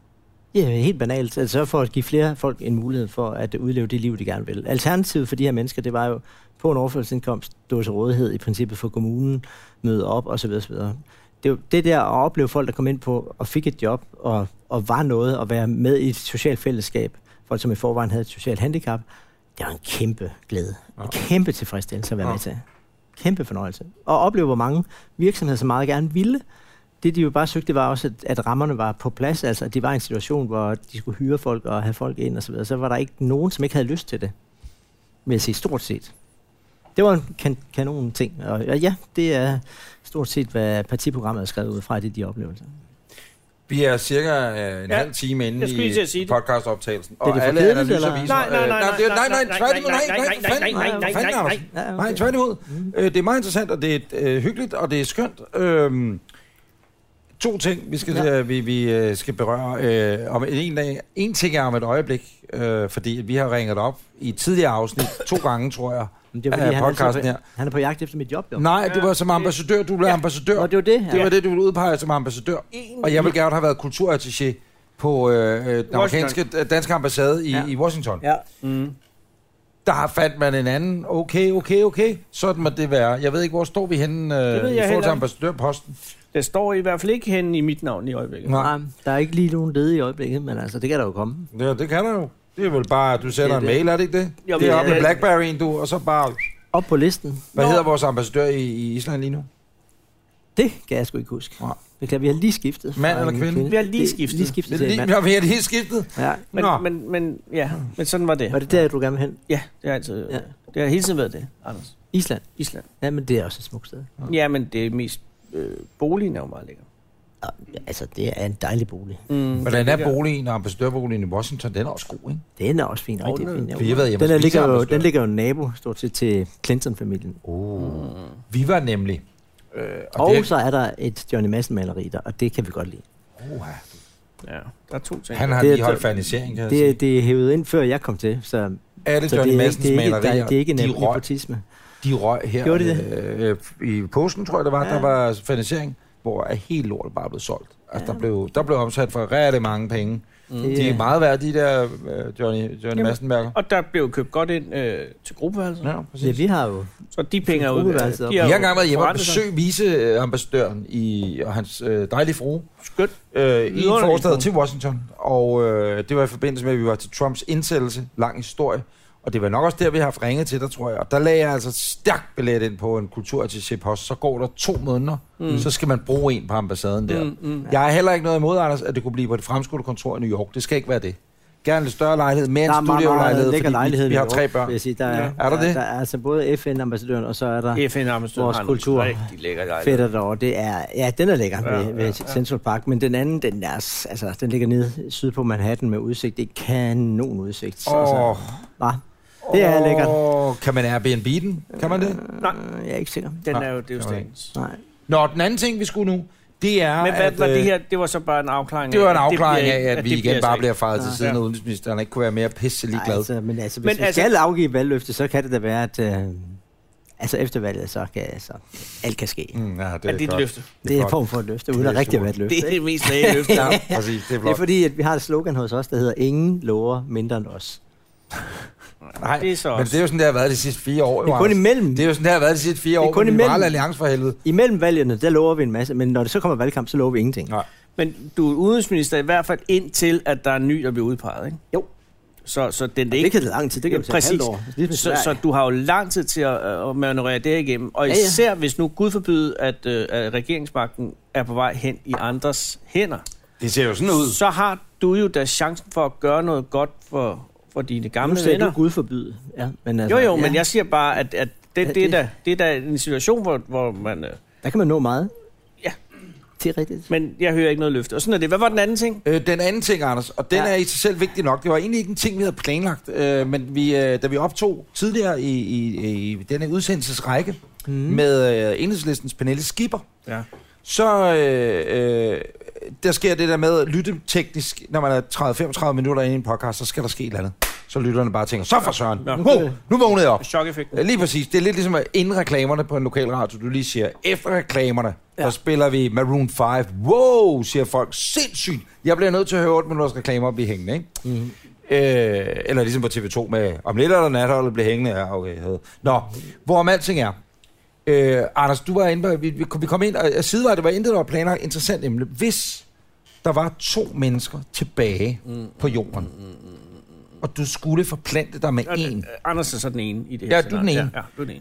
C: Ja, helt banalt. Altså, sørg for at give flere folk en mulighed for at udleve det liv, de gerne vil. Alternativet for de her mennesker, det var jo på en overførselsindkomst, stå til rådighed i princippet for kommunen, møde op osv. osv. Det, er jo det der at opleve folk, der kom ind på og fik et job og, og var noget og være med i et socialt fællesskab, folk som i forvejen havde et socialt handicap, det var en kæmpe glæde. En kæmpe tilfredsstillelse at være
A: Ja.
C: med til. Kæmpe fornøjelse. Og opleve, hvor mange virksomheder så meget gerne ville. Det, de jo bare søgte, var også, at, at rammerne var på plads. Altså, at det var en situation, hvor de skulle hyre folk og have folk ind og så videre. Så var der ikke nogen, som ikke havde lyst til det. Vil jeg sige, stort set. Det var en kan- kanon ting. Og, og ja, det er stort set, hvad partiprogrammet er skrevet ud fra, det er de oplevelser.
A: Vi er cirka øh, en
B: Ja,
A: ja, halv time inde
B: jeg skulle lige til at sige
A: i
B: det.
A: podcastoptagelsen.
C: det for kedeligt, eller?
B: Nej, nej, nej,
A: øh,
B: nej,
A: det er-
B: nej,
A: nej, nej,
B: nej,
A: tværtimod,
B: nej,
A: nej, nej,
B: nej, nej, nej, nej,
A: nej, nej,
B: nej,
A: nej,
B: nej.
C: Ja,
A: Nej, tværtimod. Øh, det er meget interessant, og det er øh, hyggeligt, og det er skønt. Øhm, to ting, vi skal,
C: Ja.
A: ja. vi, vi øh, skal berøre øh, om en dag. En ting er om et øjeblik, øh, fordi vi har ringet op i et tidligere afsnit, to gange, tror jeg,
C: Men det er, fordi
A: af
C: han, er så
A: podcasten
C: på,
A: her.
C: han er på jagt efter mit job, jo.
A: Nej, det var som
B: det-
A: ambassadør. Du blev
B: Ja.
A: ambassadør.
C: Nå, det var det.
A: Det
C: Ja.
A: var det, du ville udpege som ambassadør. Og jeg ville gerne have været kulturattaché på øh, øh, den amerikanske, danske ambassade i,
C: Ja.
A: ja. i Washington.
C: Ja.
B: Mm.
A: Der fandt man en anden. Okay, okay, okay. Sådan må det være. Jeg ved ikke, hvor står vi henne øh,
B: ved jeg
A: i
B: heller
A: forhold til
B: ikke.
A: ambassadørposten.
B: Det står i hvert fald ikke hen i mit navn i øjeblikket.
A: Nej.
C: Nej, der er ikke lige nogen lede i øjeblikket, men altså, det kan der jo komme.
A: Ja, det kan der jo. Det er vel bare, at du sender
C: Det er
A: en
C: det.
A: mail, er det ikke det?
B: Jo,
A: det er
B: men-
A: op med
B: ja.
A: Blackberry'en, du, og så bare...
C: Op på listen,
A: Hvad
B: Nå.
A: hedder vores ambassadør i, i Island lige nu?
C: det kan jeg sgu ikke huske.
A: Nej.
C: Det kan, vi har lige skiftet. fra
A: Mand eller
C: en
A: kvinde?
B: Vi har lige
C: Det-
B: skiftet.
A: Det
C: Lige
A: er
C: skiftet til en
A: lige,
C: mand.
A: ja, vi har lige skiftet.
C: Ja.
B: Men,
A: Nå.
B: men, men, ja, men sådan var det.
C: Var det der, du gerne vil hen?
B: Ja, det har altid
C: Ja.
B: ja. Det har hele tiden været det, Anders.
C: Island.
B: Island.
C: Ja, men det er også et smukt sted.
B: Ja, men det er mest øh, boligen er jo meget lækker.
C: Og, Altså, det er en dejlig bolig.
B: Mm,
A: Hvordan er boligen og ambassadørboligen i Washington? Den er også god, ikke?
C: Den er også fin. Rigtig
A: den er-
C: fin. jo.
A: for jeg ved, jeg må
C: den, er
A: spise
C: ligger jo,
A: ambassadør.
C: den ligger jo nabo stort set til Clinton-familien.
A: Oh. Vi var nemlig... Øh,
C: Og, og
A: det-
C: så er der et Johnny Madsen-maleri der, og det kan vi godt lide.
A: Oha.
B: Ja, der er to ting.
A: Han har
C: Det er-
A: lige holdt fanisering, kan jeg sige.
C: Det, det er hævet ind, før jeg kom til, så,
A: Alle
C: så
A: Johnny
C: det, er ikke,
A: Madsens
C: det, er ikke,
A: malerier,
C: der, det er ikke en
A: de, røg,
C: nepotisme.
A: de røg her
C: Gjorde de
A: øh, øh, i påsken, tror jeg det var, ja.
C: Ja.
A: der var finansiering, hvor er helt lortet bare blevet solgt. Altså, ja. der, blev, der blev omsat for rigtig mange penge.
B: Mm.
A: De er meget værd, de der øh, Johnny, Johnny
B: Jamen.
A: Madsen-mærker.
B: Og der blev købt godt ind øh, til gruppeværelset. Ja.
A: Ja,
C: Ja,
A: præcis.
C: vi har jo...
B: Så de penge er ude.
C: Gruppeværelset op.
A: Vi har engang været hjemme og
B: forretnet sig.
A: besøg viceambassadøren i, og hans øh, dejlige frue
B: Skønt.
A: øh, i
B: Vidunderlig frue.
A: forstadet til Washington. Og øh, det var i forbindelse med, at vi var til Trumps indsættelse. Lang historie. Og det var nok også der, vi har haft ringet til dig, tror jeg. Og der lagde jeg altså stærkt billet ind på en kulturattaché-post. Så går der to måneder, mm. så skal man bruge en på ambassaden der. Mm.
B: Mm, mm.
A: Jeg har heller ikke noget imod, Anders, at det kunne blive på det fremskudte kontor i New York. Det skal ikke være det. Gerne lidt større lejlighed, mere
C: Der er
A: en
C: meget,
A: studiolejlighed,
C: meget
A: fordi
C: lækker lejlighed.
A: vi, vi har
C: ved
A: tre
C: Aarhus,
A: børn.
C: vil jeg sige. Der er,
B: Ja.
A: Er der
C: der,
A: det?
C: der er altså både FN-ambassadøren, og så er der
B: FN Amsterdam
C: Vores
B: har en
C: kultur.
B: rigtig lækker lejlighed.
C: fætter derovre. Det er, ja, den er lækker
B: Ja,
C: ja, ved, ved
B: ja,
C: ja, Central Park, men den anden, den, er, s- altså, den ligger nede syd på Manhattan med udsigt. Det er kanon udsigt.
A: Åh,
C: nej, altså, det er lækkert.
A: Åh, Kan man Airbnb den? Kan man det?
B: Nej.
C: Øh, Jeg er ikke sikker.
B: Den
A: Nej,
B: er jo, det er jo
A: det var det
B: statens.
C: Nej.
A: Nå, den anden ting, vi skulle nu, det er...
B: Men hvad
A: at,
B: var
A: øh,
B: det her? Det var så bare en afklaring
A: Det var en
B: af, at
A: afklaring
B: bliver
A: af,
B: ikke-
A: at vi
B: det
A: igen bare
B: altså
A: bliver
B: ikke.
A: faret til
C: Nej.
A: siden, og udenrigsministeren ikke kunne være mere pisselig
C: Nej,
A: glad.
C: altså, men altså, hvis
B: Men
C: men vi
B: altså-
C: altså, skal afgive valgløfte, så kan det da være, at øh, altså efter valget, så kan altså, alt kan ske. Det
A: Mm, ja, det
B: Er det et
A: godt.
B: løfte?
A: Det er
C: er, en
A: godt.
C: form for et løfte, uden
A: Det
C: at
A: er
C: rigtig
A: super.
C: være et løfte.
B: Det er
C: ikke?
B: det mest lave løfte.
A: Ja, præcis, det er
C: det er
A: flot.
C: fordi, at vi har et slogan hos os, der hedder, ingen lover mindre end os.
A: Nej,
B: Det er så
A: men
B: også.
A: det er jo sådan, det har været de sidste fire år.
C: Det er
A: jo,
C: kun
A: Anders.
C: imellem,
A: det er jo sådan, det har været de sidste fire
C: Det er
A: år.
C: kun
A: med
C: imellem.
A: Liberal Alliance for helvede.
C: imellem valgene, der lover vi en masse, men når det så kommer valgkamp, så lover vi ingenting.
A: Nej.
B: Men du er udenrigsminister i hvert fald indtil, at der er en ny, der bliver udpeget, ikke?
C: Jo.
B: Så, så den er
C: Det, ikke,
B: ikke...
C: det kan tage lang tid, det kan
B: Ja,
C: jo tage et halvt
B: præcis.
C: år. Ligesom i
B: Så, så
C: Sverige.
B: du har jo lang tid til at, at manøvrere det her igennem. Og
C: Ja, ja.
B: især hvis nu Gud forbyde, at, øh, at regeringsmagten er på vej hen i andres hænder,
A: Det ser jo sådan ud.
B: så har du jo da chancen for at gøre noget godt for, for dine
C: nu
B: gamle
C: sagde
B: venner.
C: du Gud forbyde. Ja, men altså,
B: Jo, jo,
C: ja,
B: men jeg siger bare, at, at det,
C: Ja,
B: det, er
C: det-
B: da, det er da en situation, hvor, hvor man... Øh,
C: Der kan man nå meget.
B: Ja.
C: Det er rigtigt.
B: men jeg hører ikke noget løfte. Og sådan er det. Hvad var den anden ting?
A: Øh, den anden ting, Anders, og den ja.
C: Ja.
A: er i sig selv vigtig nok. Det var egentlig ikke en ting, vi havde planlagt, øh, men vi, øh, da vi optog tidligere i, i, i denne udsendelsesrække mm. med øh, enhedslistens Pernille Skipper,
B: Ja.
A: så øh, øh, der sker det der med lytteteknisk, når man er 30-35 minutter inde i en podcast, så skal der ske et eller andet. Så lytterne bare tænker, så for søren,
B: Nå.
A: Hov, nu vågnede jeg op.
B: Chok-effekten.
A: Lige præcis, det er lidt ligesom at inden reklamerne på en lokal radio, du lige siger, efter reklamerne, ja. der
C: Ja.
A: spiller vi Maroon 5. Wow, siger folk, sindssygt. Jeg bliver nødt til at høre 8 minutters reklamer og blive hængende, ikke?
C: Mm.
A: Øh, eller ligesom på TV2 med, om lidt eller natholdet bliver hængende. Ja, okay. jeg havde- Nå, hvorom alting er. Øh, Anders, du var inde på, vi, vi kom- vi kom ind, og sidevej, det var intet, der var planlagt. Interessant emne. Hvis der var to mennesker tilbage mm, på jorden, mm, mm, og du skulle forplante dig med
B: Ja,
A: en,
B: øh, Anders er så den ene i det her
A: Ja, du er den
B: scenarie.
A: ene.
B: Ja, ja, du er den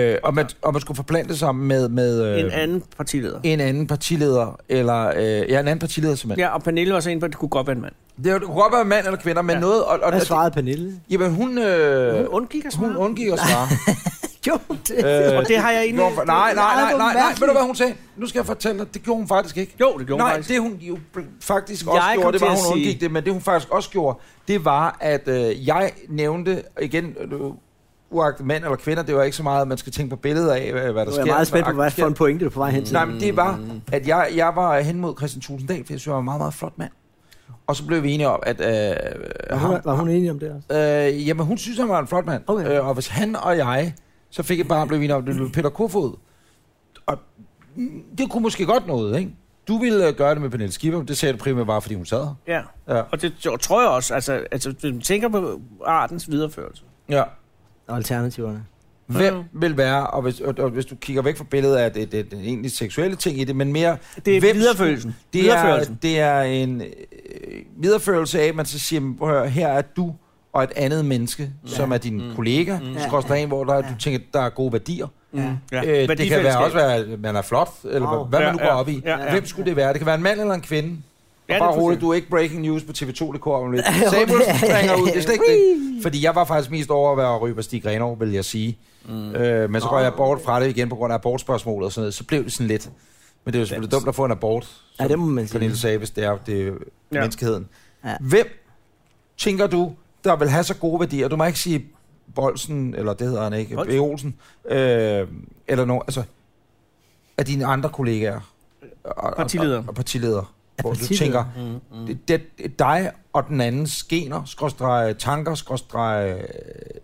B: ene.
A: øh, og, man, og man skulle forplante sig med, med øh,
B: En anden partileder.
A: en anden partileder, eller øh, ja, en anden partileder simpelthen.
B: Ja, og Pernille var så inde på, at det kunne godt være en mand.
A: Ja. Det er jo- kunne godt være mand eller kvinder, men
B: Ja.
A: noget... Og, og,
C: Hvad svarede Pernille?
A: jamen, hun, øh,
B: Hun undgik at
A: hun
B: svare.
A: undgik at svare.
C: Jo, det.
A: Øh,
B: Og det har jeg egentlig...
A: Gjorde, hun- nej, nej, nej,
C: hvor
A: nej, nej. Ved du,
C: mærkeligt.
A: hvad hun sagde? Nu skal jeg fortælle dig, det gjorde hun faktisk ikke.
B: Jo, det gjorde hun
A: nej,
B: faktisk.
A: det hun jo bl- faktisk
B: Jeg
A: også
B: kom
A: gjorde, det var,
B: til
A: hun
B: at sige-
A: undgik det, men det hun faktisk også gjorde, det var, at øh, jeg nævnte, igen, øh, uagtet mænd eller kvinder, det var ikke så meget, at man skal tænke på billeder af, hvad, hvad der
C: Nu er
A: sker.
C: jeg meget spændt på, hvad
A: aktivt
C: for en pointe du er på vej hen til.
A: sker. Nej, men det var, at jeg, jeg var hen mod Christian Tulsendal, fordi jeg synes, han var en meget, meget flot mand. Og så blev vi enige om, at... Øh,
C: Var hun, var hun enig om det også?
A: Øh, jamen, hun synes, han var en flot mand.
C: Okay.
A: Øh, og hvis han og jeg, så fik jeg bare blev vi om, det blev Peter Kofod. Og mm, det kunne måske godt noget, ikke? Du ville øh, gøre det med Pernille Skipper, men det sagde du primært bare, fordi hun sad her.
B: Ja,
A: Ja.
B: og det t- tror jeg også. Altså, altså hvis man tænker på artens videreførelse.
A: ja.
C: Og alternativerne.
A: Hvem vil være, og hvis, og, og hvis du kigger væk fra billedet af det, det, det egentlig seksuelle ting i det, men mere...
B: Det er
A: hvem,
B: videreførelsen.
A: Det er,
B: Videreførelsen.
A: det er en øh, videreførelse af, at man så siger, "Men prøv at høre, her er du og et andet menneske, ja. som er din mm. kollega, mm. skråstrej en, hvor der, ja. du tænker, der er gode værdier.
B: Mm. Ja.
A: Ja. Øh, det kan være
B: Værdifællesskab.
A: også være, at man er flot, eller
C: Wow.
A: wow. hvad man nu
B: Ja,
A: går
B: ja,
A: op i.
B: ja, ja.
A: Hvem skulle det være? Det kan være en mand eller en kvinde. Og
B: Ja,
A: ja,
B: det er
A: bare roligt,
B: fuldstændig.
A: du er ikke breaking news på TV2.dk om lidt. Samuelsen springer ud, det er slet ikke det. Fordi jeg var faktisk mest over at være og ryge på Stig Grenov, vil jeg sige. Mm. Øh, men så røg jeg bort fra det igen på grund af abortspørgsmålet og sådan noget. Så blev det sådan lidt. Men det er jo selvfølgelig dumt at få en abort,
C: Ja, det må man sige.
A: Pernille sagde, hvis det er, det er
B: Ja.
A: ja. menneskeheden.
C: Ja.
A: Ja. Hvem tænker du, der vil have så gode værdier? Du må ikke sige Bolsen, eller det hedder han ikke, B.
B: Bolsen?
A: Olsen, øh, eller nogen, altså, af dine andre kollegaer. Og, og-
B: Partiledere.
A: Og, og partiledere. Hvor du
C: partiledere?
A: tænker,
B: Mm,
A: det, det, det, dig og den andens gener, skråstrege tanker, skråstrege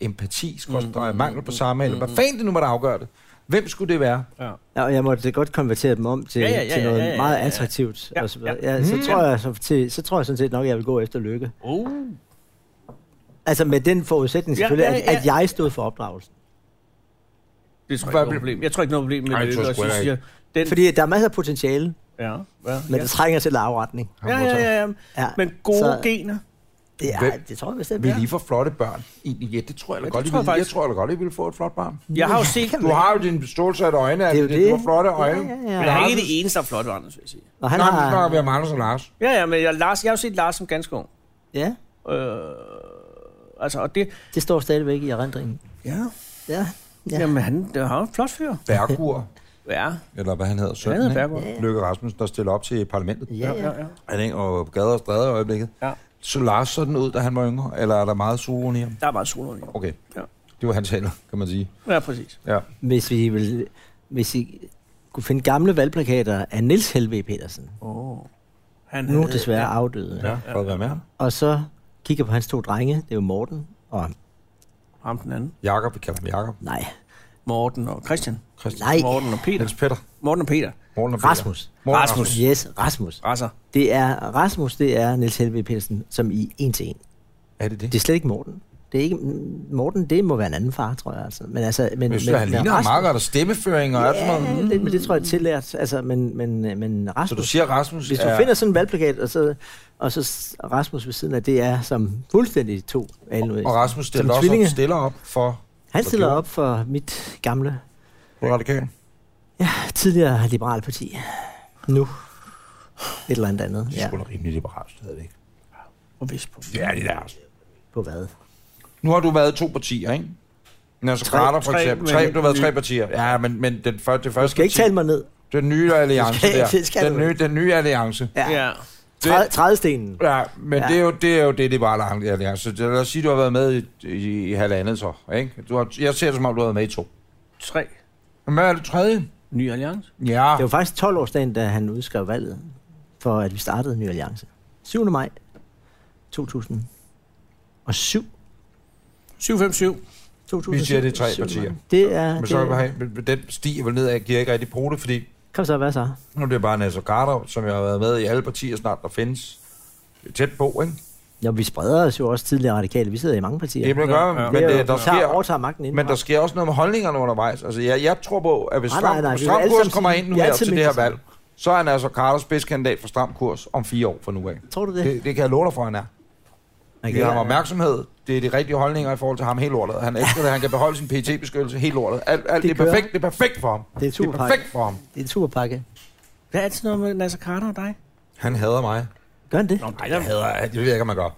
A: empati,
B: Mm,
A: skråstrege mangel på samme, eller hvad fanden det nu måtte afgøre det. Hvem skulle det være?
B: Ja.
C: Ja, og jeg måtte godt konvertere dem om til,
B: Ja,
C: ja,
B: ja, ja,
C: til
B: ja,
C: noget
B: ja, ja,
C: meget
B: ja.
C: attraktivt.
B: Ja, Mm.
C: og så, videre. ja, så, tror jeg, så, til, så tror jeg sådan set nok, at jeg vil gå efter lykke.
B: Uh.
C: Altså med den forudsætning
B: Ja,
C: selvfølgelig,
B: ja,
C: at,
B: ja.
C: at jeg stod for opdragelsen.
B: Det tror jeg
A: Hvad
B: ikke er
A: blev-
B: noget problem. Jeg tror ikke noget problem med
A: Nej, det
B: det.
A: tror jeg
B: og
A: sgu
B: så
A: heller
B: siger Den,
C: Fordi der er masser af potentiale,
B: ja, ja,
C: men
B: ja.
C: det trænger til afretning.
B: Ja, ja, ja, ja.
C: Ja,
B: Men gode
C: så-
B: så, gener.
C: det, er,
A: Hvem-
C: det tror jeg bestemt,
A: Vi er
C: ja.
A: lige for flotte børn. Egentlig, ja, det tror jeg da
B: Ja,
A: godt,
B: det
A: I
B: tror jeg
A: ville. Jeg
B: faktisk.
A: tror da godt, I ville få et flot barn.
B: Jeg har jo set...
A: Du har jo din beståelse af øjne, at det,
C: Det er jo
A: det, det.
C: det.
A: var flotte øjne.
C: Ja, ja, ja.
B: Men han er ikke det eneste, der er flot, Anders, vil jeg sige.
C: Og
A: Han
C: han
A: Nå, nu snakker
C: har...
A: vi om Anders og Lars.
B: Ja, ja, men jeg, Lars, jeg har jo set Lars som ganske ung.
C: Ja,
B: Øh, altså, og det...
C: det står stadigvæk i erindringen.
B: Ja.
C: Ja,
B: ja.
C: ja.
B: Jamen, han det har jo en flot fyr.
A: Bergur,
B: Ja,
A: eller hvad han hedder,
B: han
A: sønnen,
B: hedder
A: ikke?
B: Bergård.
A: Løkke Rasmussen, der stiller op til parlamentet.
C: Ja, ja.
B: ja.
A: Han ikke over gader og stræder i øjeblikket.
B: Ja.
A: Så Lars sådan ud, da han var yngre, eller er der meget sugen i ham?
B: Der er meget solo i.
A: Okay,
B: Ja.
A: det var hans hænder, kan man sige.
B: Ja, præcis.
A: Ja.
C: Hvis vi, vil, hvis vi kunne finde gamle valgplakater af Niels Helve Petersen,
B: Oh. Han
C: nu
B: havde-
C: desværre
B: Ja.
C: afdøde,
A: Ja, for at være med ham.
C: og så kigger på hans to drenge, det er jo Morten og...
B: Ham den anden.
A: Jakob, vi kalder ham Jakob.
C: Nej,
B: Morten og Christian.
A: Christian.
C: nej,
B: Morten og Peter.
A: Niels Petter.
B: Morten og Peter.
A: Morten og Peter.
C: Rasmus.
A: Morten og
B: Rasmus.
C: Yes, Rasmus.
B: Rasser.
C: Det er, Rasmus, det er Niels Helve Petersen, som i en til en.
A: Er det det?
C: Det er slet ikke Morten. Det er ikke, Morten, det må være en anden far, tror jeg. Altså. Men altså, men,
A: Jeg synes, han ligner ham meget godt, og stemmeføring og alt sådan noget.
C: Ja, det, men det tror jeg er tillært. Altså, men, men, men Rasmus,
A: Så du siger, Rasmus
C: hvis du
A: er...
C: finder sådan en valgplakat, og så, og så s- Rasmus ved siden af, det er som fuldstændig to alene.
A: Og Rasmus
C: Som
A: stiller også
C: tvillinge.
A: op, stiller op for
C: Han stiller
A: gjorde
C: op for mit gamle,
A: radikale.
C: tidligere liberale parti. Nu. Et eller andet andet.
A: Det er
C: Ja,
A: sgu da rimelig liberalt stadigvæk.
B: Og Vespo.
A: Ja, det er altså.
C: på hvad?
A: Nu har du været to partier, ikke? Altså
C: Tre-
A: Krater for
B: tre,
A: eksempel.
B: men-
A: Tre, du har været tre partier. Ja, men, men den første, det første
C: Skal ikke
A: parti,
C: tale mig ned.
A: den nye alliance
C: Det skal-
A: der.
C: det skal
A: den,
C: du
A: nye,
C: ikke.
A: den nye alliance.
C: Ja. ja.
B: Ja.
C: Træd, trædestenen.
A: Ja, men
C: Ja.
A: ja. Det, er jo, det er jo det, liberale alliance. Så Lad os sige, du har været med i, i, i halvandet så, ikke? Du har, jeg ser det som om, du har været med i to.
B: Tre.
A: Men hvad er det tredje?
B: Ny alliance.
A: Ja,
C: Det var faktisk 12 årsdagen, da han udskrev valget, for at vi startede Ny Alliance. 7. maj 2007.
B: 757.
A: Vi siger, det er tre
C: 2007.
A: partier.
C: Det er...
A: men
C: det,
A: så er jeg, men den stiger vel nedad, giver ikke rigtig bruge det, fordi
C: Kom så, hvad så?
A: nu er det bare Nasser Garder, som jeg har været med i alle partier snart, der findes tæt på, ikke?
C: Jo, vi spreder os jo også tidligere radikale. Vi sidder i mange partier.
A: Det man gøre,
B: Ja, ja.
A: men
C: Det er
A: det,
C: jo-
A: der
C: vi tager,
A: sker,
C: overtager magten ind.
A: men der sker også noget med holdningerne undervejs. Altså, jeg, jeg tror på, at hvis
C: Nej,
A: Stram,
C: nej, nej, vi vil
A: stram
C: alle
A: Kurs
C: sammen
A: kommer
C: sige-
A: ind nu
C: vi er
A: her
C: altid
A: til det her
C: mindst.
A: valg, så er han altså Carlos spidskandidat for Stram Kurs om fire år fra nu af.
C: Tror du det?
A: Det, det kan jeg love dig for, han er.
C: Man
A: Det
C: kan
A: giver ham
C: gøre-
A: opmærksomhed. Det er de rigtige holdninger i forhold til ham helt lortet. Han elsker det. Han kan beholde sin pt beskyttelse helt lortet. Alt, alt,
C: Det
A: det, er
C: kører.
A: perfekt, det er perfekt for ham.
C: Det er
A: Det er
C: superpakke.
A: perfekt for ham.
C: Det er en superpakke.
B: Hvad er altid noget med Nasser Carter og dig?
A: Han hader mig.
C: Gør han det?
A: Nej, jeg hader Det ved jeg ikke, om man gør.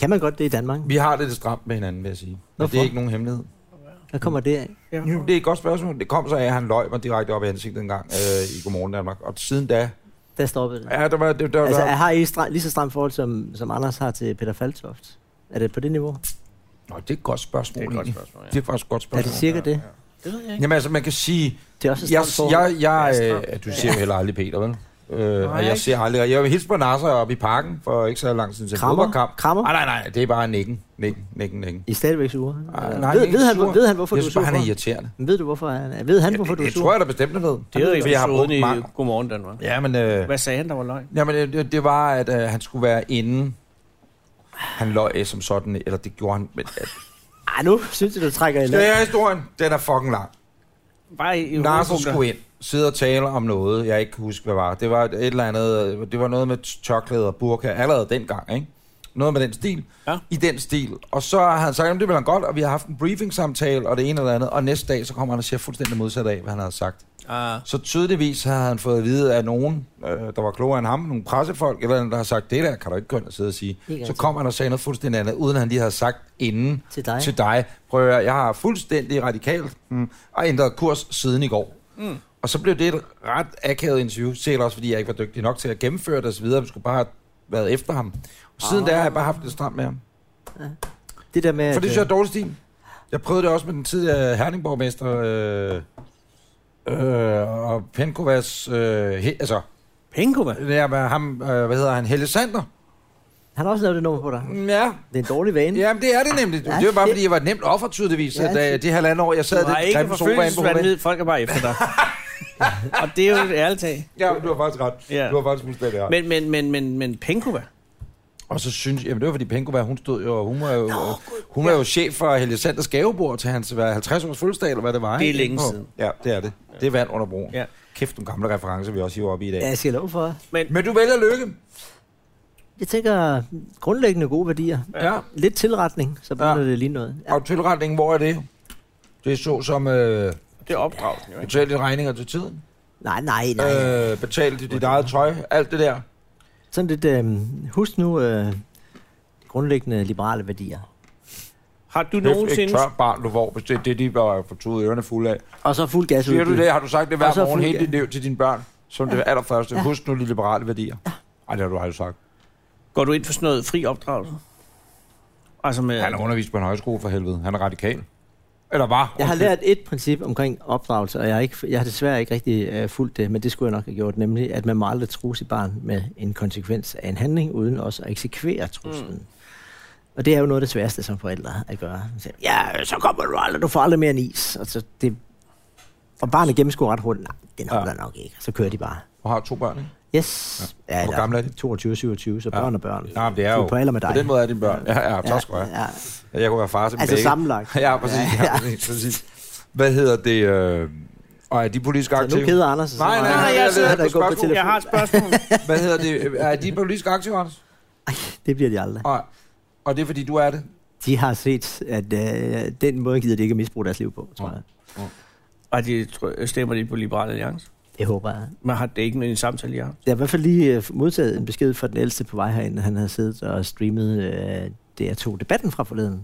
C: Kan man godt det i Danmark?
A: Vi har det lidt stramt med hinanden, vil jeg sige. Men det
C: Hvorfor?
A: er ikke nogen hemmelighed.
C: Der kommer det af.
A: Jo, det er et godt spørgsmål. Det kom så af, at han løg mig direkte op i ansigtet en gang øh, i Godmorgen Danmark. Og siden da...
C: Der stoppede det.
A: Ja, der var... Der, der,
C: Altså,
A: der,
C: har I stra- lige så stramt forhold, som, som Anders har til Peter Faltoft? Er det på det niveau?
A: Nå, det er et godt spørgsmål.
B: Det er et godt
A: egentlig.
B: spørgsmål, ja.
A: Det er faktisk et godt
C: Er
A: spørgsmål.
C: det cirka det?
B: Det ved jeg ikke.
A: Jamen altså, man kan sige...
C: Det er også et
A: Jeg,
C: stramt forhold.
A: jeg, jeg,
B: Det er
A: øh, du ser jo heller aldrig Peter, vel? Øh,
B: Nej.
A: og jeg ser aldrig... Jeg vil hilse på Nasser op i parken for ikke så langt siden til
C: Krammer?
A: fodboldkamp.
C: Krammer?
A: Ah, Nej, nej, nej. Det er bare nikken. Nikken, nikken, nikken.
C: I er stadigvæk sure.
A: Ej,
C: nej,
A: Ah, nej,
C: ved,
A: ikke
C: ved, han,
A: sur.
C: ved han, hvorfor
A: jeg
C: du er
A: synes
C: sur?
A: bare, han er
C: på ham?
A: irriterende.
C: Men ved du, hvorfor han, ved han, hvorfor du er
A: Det
C: sur?
A: tror jeg da bestemt, han ved.
B: Det ved jeg
A: For jeg har brugt
B: ikke,
A: mange...
B: i Godmorgen Danmark.
A: Ja, men... Øh,
B: Hvad sagde han, der var løgn?
A: Jamen, øh, det, det var, at øh, han skulle være inde. Han løg øh, som sådan, eller det gjorde han. Men, øh,
C: Ah, nu synes jeg, du trækker i
A: Skal jeg
C: land.
A: have historien? Den er fucking lang.
B: Bare i, i
A: Narsen
B: hovedpunkter.
A: skulle ind, sidde og tale om noget, jeg ikke kan huske, hvad var. Det var et eller andet, øh, det var noget med tørklæder og burka allerede dengang, ikke? Noget med den stil.
B: Ja.
A: I den stil. Og så har han sagt, at det vil han godt, og vi har haft en briefing-samtale, og det ene eller andet. Og næste dag, så kommer han og siger fuldstændig modsat af, hvad han havde sagt.
B: Ah.
A: Så tydeligvis har han fået at vide af nogen, øh, der var klogere end ham, nogle pressefolk, eller andet, der har sagt, det der kan du ikke gå ind og sidde og sige.
C: rigtigt.
A: Så kom han og sagde noget fuldstændig andet, uden han lige havde sagt inden
C: Til dig.
A: til dig. Prøv at høre, jeg har fuldstændig radikalt mm, og ændret kurs siden i går. Mm. Og så blev det et ret akavet interview, selv også fordi jeg ikke var dygtig nok til at gennemføre det osv. Vi skulle bare have været efter ham. Og siden ah. da har jeg bare haft det stramt med ham.
C: Det der med,
A: For det
C: at, øh,
A: synes
B: øh,
A: jeg er dårlig stil. Jeg prøvede det også med den tidligere herningborgmester øh, øh, og Penkovas, øh, he, altså
B: Pengekubber.
A: det er med ham, øh, hvad hedder han, Helle Sander.
C: øh, han har også lavet det nummer på dig.
B: Mm,
A: Ja,
C: Det er en dårlig vane.
A: ja det er det nemlig.
C: Ja,
A: det var bare,
C: fedt.
A: fordi jeg var et nemt offer, tydeligvis,
C: Ja,
A: ja, da
C: fedt.
A: det halvandet år, jeg sad i
B: Du har
A: den
B: ikke
A: grimme sofa inde på hovedet.
B: forfølgelsesvandvid, folk er bare efter dig. og det er jo et ærligt tag.
A: Ja, du har faktisk ret.
B: Ja.
A: Du har faktisk fuldstændig ret. Men,
B: Men, men, men, men, men Pengekubber.
A: og så synes jeg, jamen det var fordi Penkova, hun stod jo, hun var jo, hun var jo chef for Helge Sanders gavebord til hans hvad, 50 års fødselsdag, eller hvad det var.
B: Det er
A: ikke?
B: længe
A: Åh,
B: siden.
A: Ja, det er det. Det er vand under broen.
B: Ja.
A: Kæft, nogle gamle referencer, vi også hiver op i i dag.
C: Ja, jeg skal love for.
A: Men du vælger lykke.
C: Jeg tænker grundlæggende gode værdier.
A: Ja.
C: Lidt tilretning, så begynder
A: Ja.
C: det lige noget. Ja.
A: Og tilretningen, hvor er det? Det er så som øh,
B: Det er opdragelsen, jo ikke?
A: betal dine regninger til tiden.
C: Nej, nej, nej.
A: Øh, betal dit, dit eget tøj. Alt det der.
C: Sådan lidt, øh, husk nu øh, grundlæggende liberale værdier.
B: Har du
A: Hæft ikke
B: nogensinde...
A: tør barn, du får, hvis det er det, de var for tude ørerne fulde af.
C: Og så fuld gas ud.
A: Siger du det? Har du sagt det
C: Og
A: hver
C: så
A: morgen
C: fuld
A: hele
C: gas.
A: dit liv til dine børn? Som det allerførste. Husk nu de liberale værdier. Ej, det har du aldrig sagt.
B: Går du ind for sådan noget fri opdragelse? Altså med...
A: Han har undervist på en højskole for helvede. Han er radikal. Eller var.
C: Jeg har
A: Undskyld.
C: lært et princip omkring opdragelse, og jeg har, ikke, jeg har desværre ikke rigtig øh, fulgt det, men det skulle jeg nok have gjort, nemlig at man må aldrig true sit barn med en konsekvens af en handling, uden også at eksekvere truslen. Mm. Og det er jo noget af det sværeste som forældre at gøre. Man siger, Ja, øh, så kommer du aldrig, du får aldrig mere en is. Og, så det, og barnet gennemskuer ret hurtigt, nej, den holder ja. nok ikke. Så kører de bare.
A: Du har to børn, ikke?
C: Yes. Ja.
A: Hvor
C: der
A: gamle er de?
C: 22, 27, så
A: Ja.
C: børn og børn.
A: Nej, men det er
C: Du er
A: jo...
C: på alder med dig.
A: På den måde er dine børn. Ja, ja, tak skal du have.
C: ja.
A: Jeg kunne være far til dem
C: Altså
A: begge.
C: sammenlagt.
A: Ja, præcis. Ja,
C: Ja.
A: præcis, præcis. Hvad hedder det? Øh... Og er de politisk
C: Så nu
A: aktive?
C: keder Anders sig så
A: Nej, nej,
C: meget.
A: nej,
B: jeg
A: jeg
B: sidder
A: sidder
C: der
A: på
C: og går på
A: spørgsmål.
C: telefon.
B: Jeg har et spørgsmål.
A: Hvad hedder det? øh, Er de politisk aktive, Anders?
C: Det bliver de aldrig.
A: Og, og det er fordi, du er det?
C: De har set, at øh, den måde gider de ikke at misbruge deres liv på, tror
A: Nå.
C: jeg.
B: Og de tr- stemmer de på Liberale Alliance.
C: Det håber jeg.
B: Men har det ikke med en samtale, jeg har?
C: Jeg har i hvert fald lige øh, modtaget en besked fra den ældste på vej herind. Han havde siddet og streamet øh, DR2-debatten fra forleden.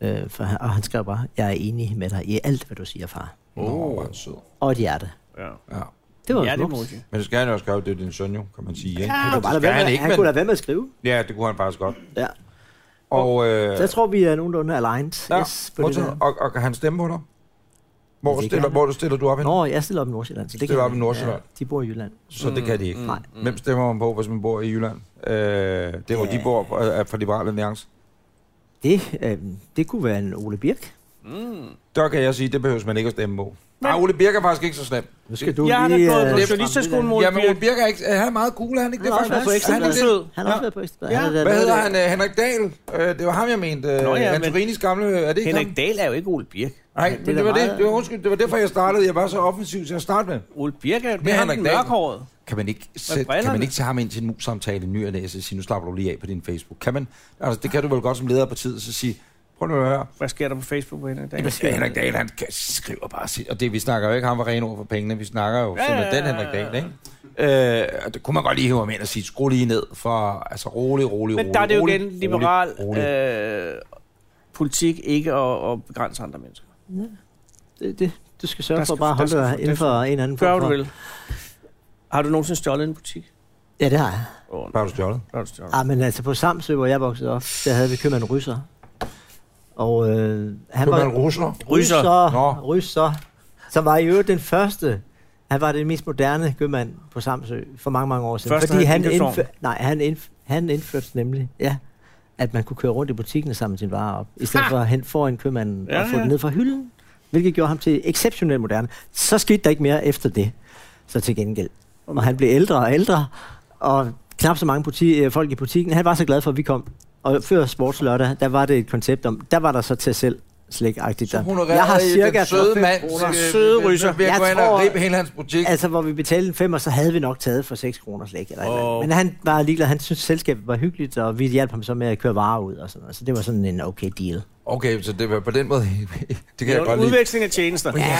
A: Ja.
C: Øh, for, han- og han skrev bare, jeg er enig med dig i alt, hvad du siger, far.
A: Nå, hvor er han sød.
C: Og et hjerte.
B: Ja.
A: Ja.
C: Det var
B: Ja,
C: ja,
B: det
C: smukt.
B: må
C: Det
B: jeg.
A: Men det skal han jo også gøre, det er din søn jo, kan man sige. Ikke? Ja,
C: kunne bare lade være med, han kunne lade være med at skrive.
A: Ja, det kunne han faktisk godt.
C: Ja.
A: Og, øh,
C: Så jeg tror, vi er nogenlunde aligned.
A: ja,
C: Yes, på det
A: modtaget.
C: der.
A: og, og kan han stemme på dig? Hvor,
C: Det kan
A: stiller,
C: han.
A: hvor stiller du op hen?
C: Nå, jeg stiller op i Nordsjælland. Så det
A: Stiller
C: kan
A: op i
C: jeg.
A: Nordsjælland.
C: Ja, de bor i Jylland.
A: Så det kan de ikke.
C: Mm. Nej.
A: Hvem stemmer man på, hvis man bor i Jylland? Øh, det er, hvor de bor øh, er fra Liberale Alliance.
C: Det, øh, det kunne være en Ole Birk.
A: Der kan jeg sige, det behøver man ikke at stemme på. Nej, Ole Birk er faktisk ikke så slem.
C: Nu skal du
B: jeg har da
C: lige...
B: gået
C: øh,
B: på journalisterskolen, Ole
A: Ja, men Ole
B: Birk.
A: Birk er, ikke, han er meget cool, er han ikke det
C: Han har også været på
A: faktisk? Han
C: Ekstra
A: er
C: Bladet.
A: ikke det?
C: Han
A: Ja.
C: har også været på Ekstra Bladet.
B: Ja.
C: Han er der
A: Hvad
C: noget
A: hedder
C: af-
A: han? Øh, Henrik Dahl? Øh, det var ham, jeg mente. Øh,
B: Nå
A: Nå,
B: ja,
A: ja,
B: men-
A: Antorinis gamle... Er det ikke ham?
B: Henrik Dahl er jo ikke Ole Birk.
A: Nej,
C: det
A: men
C: er da
A: det var det.
C: meget-
A: Det var, undskyld, det var derfor, jeg startede. Jeg var så offensiv til at starte med.
B: Ole Birk er jo det
A: er
B: er ham,
A: Henrik
B: den
A: Dahl.
B: mørkhårede.
A: Kan man ikke, sæt, kan
B: brillerne?
A: man ikke tage ham ind til en mus-samtale i ny og næ, og så sige, nu slapper du lige af på din Facebook? Kan man, altså, det kan du vel godt som leder af partiet, så sige, prøv nu at høre.
B: Hvad sker der på Facebook på Henrik Dahl?
A: Ja, Henrik Dahl, han kan- skriver bare sit. Og det, vi snakker jo ikke ham var ren ord for pengene, vi snakker jo
B: Ja,
A: ja,
B: ja,
A: simpelthen
B: ja,
A: den
B: ja,
A: Henrik Dahl,
B: ja.
A: ikke? Øh, og det kunne man godt lige hive ham ind og sige, skru lige ned for, altså rolig, rolig, rolig.
B: Men der er det jo
A: rolig,
B: igen liberal
A: rolig, rolig.
B: øh, politik ikke at, at begrænse andre mennesker.
C: Det, det, du skal sørge
B: Der skal-
C: for at bare
B: der
C: at holde
B: skal-
C: dig
B: der
C: inden for en eller anden
B: Gør,
C: form
B: hvad du
C: for-
B: vil. Har du nogensinde stjålet en butik?
C: Ja, det har jeg.
B: Åh, oh,
A: Hvad har du stjålet?
B: har du stjålet.
C: Ah, men altså på Samsø, hvor jeg voksede op, der havde vi købmand Ryser. Og øh, han
A: Han var
C: var...
A: en russer.
B: Ryser.
A: Nå.
C: Ryser, Ryser, som var i øvrigt den første, han var den mest moderne købmand på Samsø for mange, mange år siden.
B: Første han indkøbsvogn.
C: nej, han, indf- han indførte nemlig, ja, at man kunne køre rundt i butikken og samle sine varer op, i stedet for at hente foran købmanden
B: Ja,
C: ja, og få
B: ja.
C: ja. den ned fra hylden, hvilket gjorde ham til exceptionelt moderne. Så skete der ikke mere efter det, så til gengæld. Og han blev ældre og ældre, og knap så mange buti- øh, folk i butikken. Han var så glad for, at vi kom. Og før sportslørdag, der var det et koncept om, der var der så til selv slikagtigt.
A: Så
C: der.
A: honorerer
C: jeg har cirka
A: den søde øh, mand,
B: Søde ryser.
A: Ved at
C: Jeg
A: gå ind og
C: tror-
A: ribe hele hans butik.
C: Altså, hvor vi betalte en femmer, så havde vi nok taget for 6 kroner slik. Eller et eller andet. Men han var ligeglad. Han syntes, selskabet var hyggeligt, og vi hjalp ham så med at køre varer ud og sådan noget. Så det var sådan en okay deal.
A: Okay, så det var på den måde... det kan
B: Det
A: jeg
B: er
A: godt
B: en
A: lide.
B: udveksling af tjenester.
C: Ja,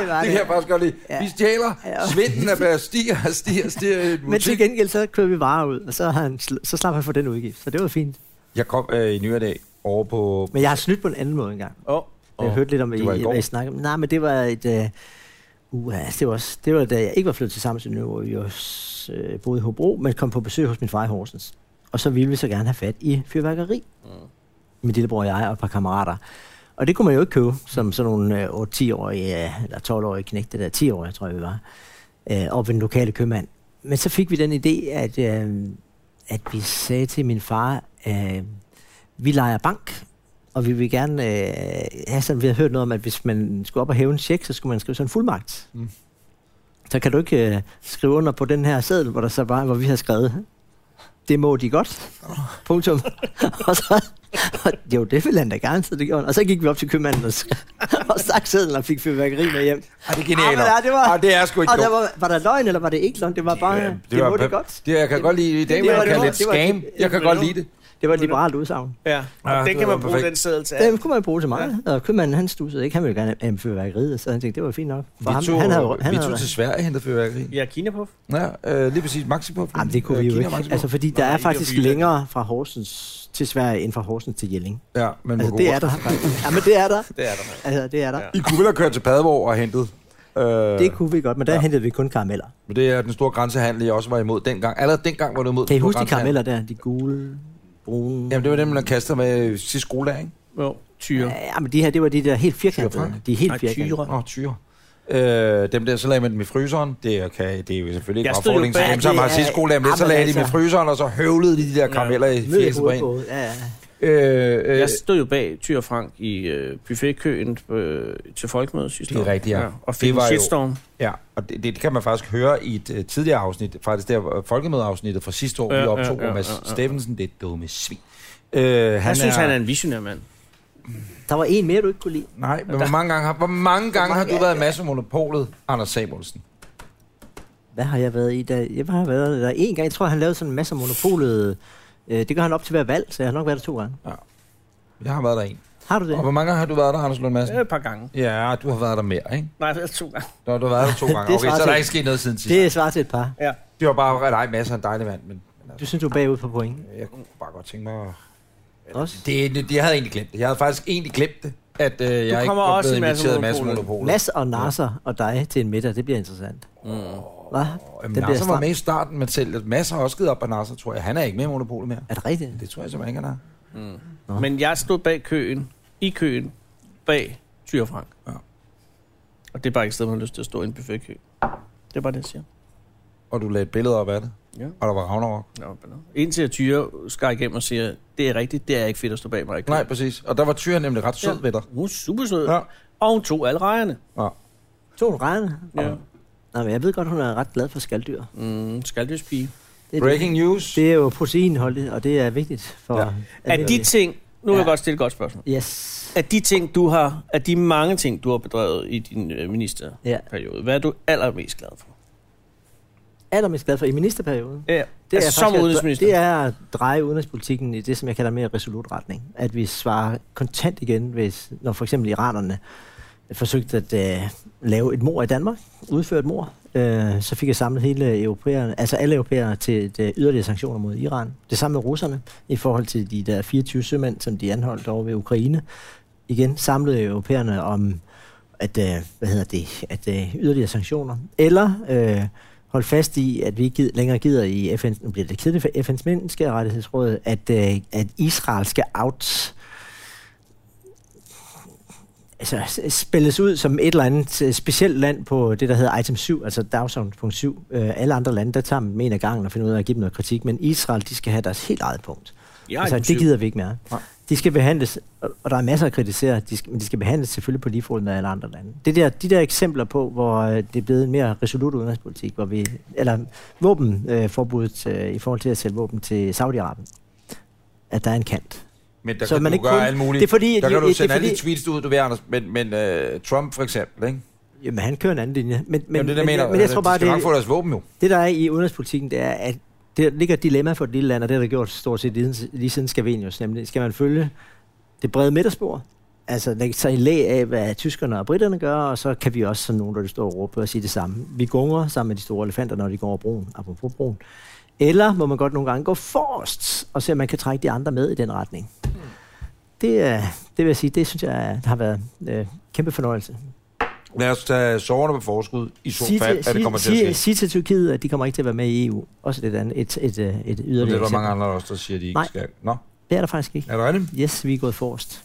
C: det var
A: Det kan jeg faktisk godt lide.
C: Ja.
A: Vi stjæler.
C: Ja.
A: Svinden er bare stiger og stiger og stiger i en
C: Men til
A: butik.
C: gengæld, så kørte vi varer ud, og så, har han, sl- så slap han for den udgift. Så det var fint.
A: Jeg kom øh, i nyere dag over på...
C: Men jeg har snydt på en anden måde engang.
B: Åh,
C: Jeg
A: Åh,
C: hørte lidt om, hvad
A: det
C: I,
A: var i går.
C: hvad I snakkede om. Nej, men det var et... Øh, uh, det, var, også- det var da jeg ikke var flyttet til Samsø, nu, hvor vi også, øh, boede i Hobro, men kom på besøg hos min far i Horsens. Og så ville vi så gerne have fat i fyrværkeri.
B: Mm.
C: Min lillebror og jeg og et par kammerater. Og det kunne man jo ikke købe, som sådan nogle øh, 8-10-årige, øh, eller 12-årige knægte, der 10-årige, tror jeg, vi var, øh, op ved den lokale købmand. Men så fik vi den idé, at, øh, at vi sagde til min far, øh, vi leger bank, og vi vil gerne øh, have sådan, vi har hørt noget om, at hvis man skulle op og hæve en check, så skulle man skrive sådan en fuldmagt.
A: Mm.
C: Mm. Så kan du ikke øh, skrive under på den her seddel, hvor, der så bare, hvor vi har skrevet, det må de godt. Punktum. og så, og, jo, det ville han da gerne, så det gjorde han. Og så gik vi op til købmanden og, og stak sedlen og fik fyrværkeri med
A: Ah,
C: hjem.
A: det er
C: Ah, men
A: genialt.
C: ja, det var-
A: Ah, det er sgu ikke
C: Og der
A: dumt.
C: var, var der løgn, eller var det ikke løgn? Det var bare, det, det, må det godt.
A: Det, jeg kan godt lide i dag,
C: det
A: hvor
C: var
A: jeg
C: det
A: kan
C: godt.
A: lidt
C: Det var-
A: scam.
C: det-
A: Jeg kan
B: det-
A: godt
B: det-
A: lide det.
C: Det var et liberalt udsagn.
B: ja. Og
A: Ja,
B: ja,
A: det
B: den kan
A: var
B: man bruge
A: perfekt.
B: den seddel til.
C: Ja, det kunne man bruge til meget. Og købmanden, han stussede ikke. Han ville gerne have fyrværkeriet, så han tænkte, det var fint nok. For ham,
A: Vi tog,
C: han havde, han
A: vi
C: havde,
A: tog til Sverige og hentede fyrværkeri.
B: Ja, Kinapuff.
A: Ja, øh, lige præcis. Maxipuff.
C: Jamen, det kunne
A: Øh,
C: vi jo
A: Kina
C: ikke.
A: Maxipuff.
C: Altså, fordi
B: Nej,
C: der er
B: ikke
C: faktisk
B: fordi-
C: længere fra Horsens til Sverige, end fra Horsens til Jelling.
A: Ja, men
C: Altså,
A: hvor
C: det
A: gode-
C: er der. faktisk. Jamen, det er der.
B: Det er der. mand.
C: Altså, det er der.
A: I kunne vel have kørt til Padborg og hentet... Øh,
C: Det kunne vi godt, men der
A: Ja.
C: hentede vi kun karameller.
A: Men det er den store grænsehandel, jeg også var imod dengang. Allerede dengang var du imod
C: Kan I
A: den store
C: huske de
A: grænsehandel.
C: karameller der? De gule, brune...
A: Jamen, det var dem, der kastede med sidste skoledag, ikke?
B: Jo, tyre.
C: Ja, men de her, det var de der helt
A: Tyre
C: firkantede.
A: Frank.
C: De er
B: Nej,
C: helt
B: tyre.
C: firkantede.
A: Åh, oh, tyre. Øh, dem der, så lagde man dem i fryseren. Det, okay, det er jo selvfølgelig ikke
B: Jeg
A: meget
B: stod jo
A: fordel til
B: bag-
A: dem, som
C: det
A: har
C: er-
A: sidste skoledag, men
C: Jamen,
A: så lagde de dem i
C: altså.
A: fryseren, og så høvlede de de der karameller i
C: Ned i
A: fjeset på
C: hovedet
A: en.
C: på. Ja, ja.
A: Øh, øh,
B: Jeg stod jo bag Tyr Frank i øh, buffetkøen øh, til folkemødet sidste
A: Det er
B: år.
A: rigtigt, ja.
B: Og
A: Det
B: fik en
A: var jo-
B: shitstorm.
A: ja, og det, det, kan man faktisk høre i et øh, tidligere afsnit, faktisk der øh, folkemødeafsnittet fra sidste år,
B: Ja,
A: vi
B: ja,
A: optog
B: ja,
A: med Mads
B: ja, ja.
A: Steffensen, det er et dumme svin. Øh, han
B: Jeg synes, han er en visionær mand.
C: Der var en mere, du ikke kunne lide.
A: Nej, men hvor mange gange har, hvor mange gange har
C: mange-
A: du været med som monopolet, Anders Samuelsen?
C: Hvad har jeg været i? Der, jeg har været der en gang. Jeg tror, han lavede sådan en masse monopolet. Øh, Det gør han op til hver valg, så jeg har nok været der to gange.
A: Jeg har været der en.
C: Har du det?
A: Og hvor mange gange har du været der, Anders Lund Madsen?
B: Ja, Et par gange.
A: Ja, du har været der mere, ikke?
B: Nej, det er to gange.
A: Nå, du har været der to gange.
C: Det
A: Okay,
C: svarer
A: så er der
C: til-
A: ikke sket noget siden sidst. Det,
C: Det svarer til et par.
B: Ja.
A: det var bare, nej, masser af en dejlig mand, men men
C: Du
A: altså,
C: synes, du er bagud på point.
A: jeg kunne bare godt tænke mig... at-
C: Også?
A: Det, det, det, jeg havde egentlig glemt det. Jeg havde faktisk egentlig glemt det, at øh, jeg ikke
B: kommer
A: var
B: også
A: blevet
B: i Mads
A: inviteret af Mads
B: Monopolet.
A: Monopolet.
C: Mads og Nasser og dig til en middag, det bliver interessant. Mm. Hva?
A: Jamen, Nasser
C: Den bliver
A: var
C: stram.
A: med i starten, men selv Mads har også givet op af Nasser, tror jeg. Han er ikke med i Monopolet mere.
C: Er det rigtigt?
A: Det tror jeg simpelthen ikke, han er.
B: Men jeg stod bag køen, i køen, bag Tyre Frank.
A: Ja.
B: Og det er bare ikke et sted, man har lyst til at stå i en buffetkø. Det er bare det, jeg siger.
A: Og du lagde et billede op af det,
B: Ja.
A: og der var Ragnarok.
B: Nå, men nå. Indtil at Tyre skar igennem og siger, det er rigtigt, det er ikke fedt at stå bag mig. i køen."
A: Nej, præcis. Og der var Tyre nemlig ret sød
B: Ja.
A: ved dig.
B: Hun er super sød.
A: Ja.
B: Ja. Og hun tog alle rejerne.
A: Ja.
C: To regne.
B: Ja.
C: Nej, men jeg ved godt, hun er ret glad for skaldyr.
B: Mm, skaldøspige.
C: Det er,
A: Breaking news.
C: Det. det er jo proteinholdigt, og det er vigtigt for...
A: Ja.
B: Er
C: at-
B: de ting, nu vil jeg
C: Ja.
B: godt stille et godt spørgsmål.
C: Yes.
B: Er de ting, du har, er de mange ting, du har bedrevet i din øh, ministerperiode,
C: Ja.
B: hvad er du allermest glad for?
C: Allermest glad for i ministerperioden.
B: Ja, det er altså, som
C: faktisk at-
B: udenrigsminister.
C: Det er at dreje udenrigspolitikken i det, som jeg kalder mere resolut retning. At vi svarer kontant igen, hvis, når for eksempel iranerne forsøgte at øh, lave et mor i Danmark, udføre et mor, øh, så fik jeg samlet hele europæerne, altså alle europæere til et, øh, yderligere sanktioner mod Iran. Det samme med russerne i forhold til de der 24 sømænd, som de anholdt over ved Ukraine. Igen samlede europæerne om at, øh, hvad hedder det, at øh, yderligere sanktioner. Eller øh, holde fast i, at vi ikke gid- længere gider i FN, nu bliver det kedeligt for FN's menneskerettighedsråd, at, øh, at Israel skal out altså, s- spilles ud som et eller andet øh, specielt land på det, der hedder item 7, altså dagsorden punkt 7. Øh, alle andre lande, der tager dem en af gangen og finder ud af at give dem noget kritik, men Israel, de skal have deres helt eget punkt.
B: Ja,
C: altså, det gider vi ikke mere.
A: Nej.
C: De skal behandles, og og der er masser at kritisere, de skal, men de skal behandles selvfølgelig på lige fod med alle andre lande. Det der, de der eksempler på, hvor øh, det er blevet en mere resolut udenrigspolitik, hvor vi, eller våbenforbuddet øh, forbuddet, øh, i forhold til at sælge våben til Saudi-Arabien, at der er en kant.
A: Men der
C: Så
A: så kan man
C: man
A: du
C: ikke
A: ikke gøre
C: kun-
A: alt muligt.
C: det er fordi, at
A: der kan
C: jo-
A: du
C: det er
A: sende alle de
C: fordi-
A: tweets ud, du ved, Anders. Men, men uh, Trump for eksempel, ikke?
C: Jamen, han kører en anden linje. Men, men,
A: Men, det, der
C: men,
A: mener, Altså,
C: men jeg tror bare,
A: de skal nok få
C: det,
A: deres våben jo.
C: det der er i udenrigspolitikken, det er, at der ligger et dilemma for et lille land, og det har der gjort stort set lige, siden- lige siden Scavenius, nemlig skal man følge det brede midterspor, altså lægge sig i læ af, hvad tyskerne og britterne gør, og så kan vi også, som nogen, der står og råber, og sige det samme. Vi gunger sammen med de store elefanter, når de går over broen, apropos broen. Eller må man godt nogle gange gå forrest, og se, om man kan trække de andre med i den retning. Det, er- det vil jeg sige, det synes jeg har været øh, kæmpe fornøjelse.
A: Lad os tage soverne på forskud i så
C: Sige
A: fald,
C: til-
A: at det
C: sige-
A: kommer til
C: sige-
A: at ske.
C: Sige til Tyrkiet, at de kommer ikke til at være med i EU. Også det andet, et, et, øh, et
A: Og
C: yderligere
A: det er der
C: eksempel.
A: mange andre også, der siger, at de ikke
C: Nej.
A: skal. Nå,
C: Det er der faktisk ikke.
A: er det rigtigt?
C: Yes, vi er gået forrest.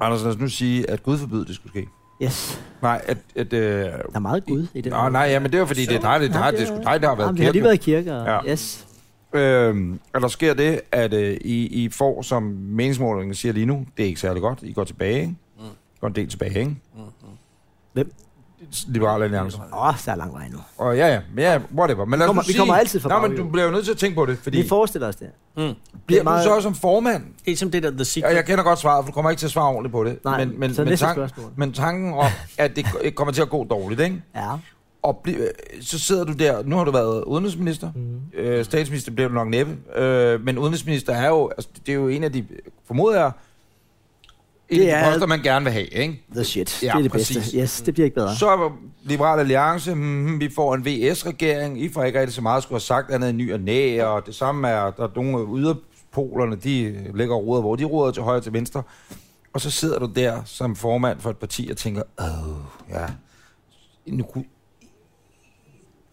A: Anders, lad os nu sige, at Gud forbyder, det skulle ske.
C: Yes,
A: Nej, at... at øh,
C: der er meget Gud i det.
A: Nå, nej, ja, men det var fordi, det er dig, det er dig, det er sgu dig, der har været
C: det har lige
A: kirken.
C: været kirker. Ja.
A: Ja.
C: Yes.
A: Øhm, og der sker det, at øh, I, I får, som meningsmålingen siger lige nu, det er ikke særlig godt. I går tilbage, ikke? Mm. Går en del tilbage, ikke? Mm.
C: Mm-hmm. Hvem?
A: Liberale Alliance.
C: Åh, oh, der er lang vej nu.
A: Og ja, ja, men ja, whatever. Men lad os
C: Kommer-
A: nu
C: vi
A: sige,
C: kommer altid fra
A: Nej, men
C: bagud.
A: du bliver jo nødt til at tænke på det, fordi
C: Vi forestiller os det.
A: bliver
C: meget-
A: du så som formand?
B: Det er som det der The Secret.
A: Og jeg kender godt svaret, for du kommer ikke til at svare ordentligt på det.
C: Nej,
A: men, men,
C: så
A: men,
C: næste
A: tanken,
C: spørgsmål.
A: men tanken om, at det ko- kommer til at gå dårligt, ikke?
C: Ja.
A: Og bli, øh, så sidder du der, nu har du været udenrigsminister,
C: Mhm.
A: mm. øh, statsminister bliver du nok næppe, øh, men udenrigsminister er jo, altså, det er jo en af de, formoder jeg, en
C: Det
A: af
C: er-
A: de poster, man gerne vil have, ikke?
C: The shit.
A: Ja,
C: det er det
A: præcis.
C: bedste. Yes, det bliver ikke bedre.
A: Så er Liberal Alliance, mm, vi får en VS-regering, I får ikke rigtig så meget at skulle have sagt, andet end ny og næ, og det samme er, der er nogle af yderpolerne, de ligger og roder, hvor de roder til højre og til venstre. Og så sidder du der som formand for et parti og tænker, åh, ja, nu kunne...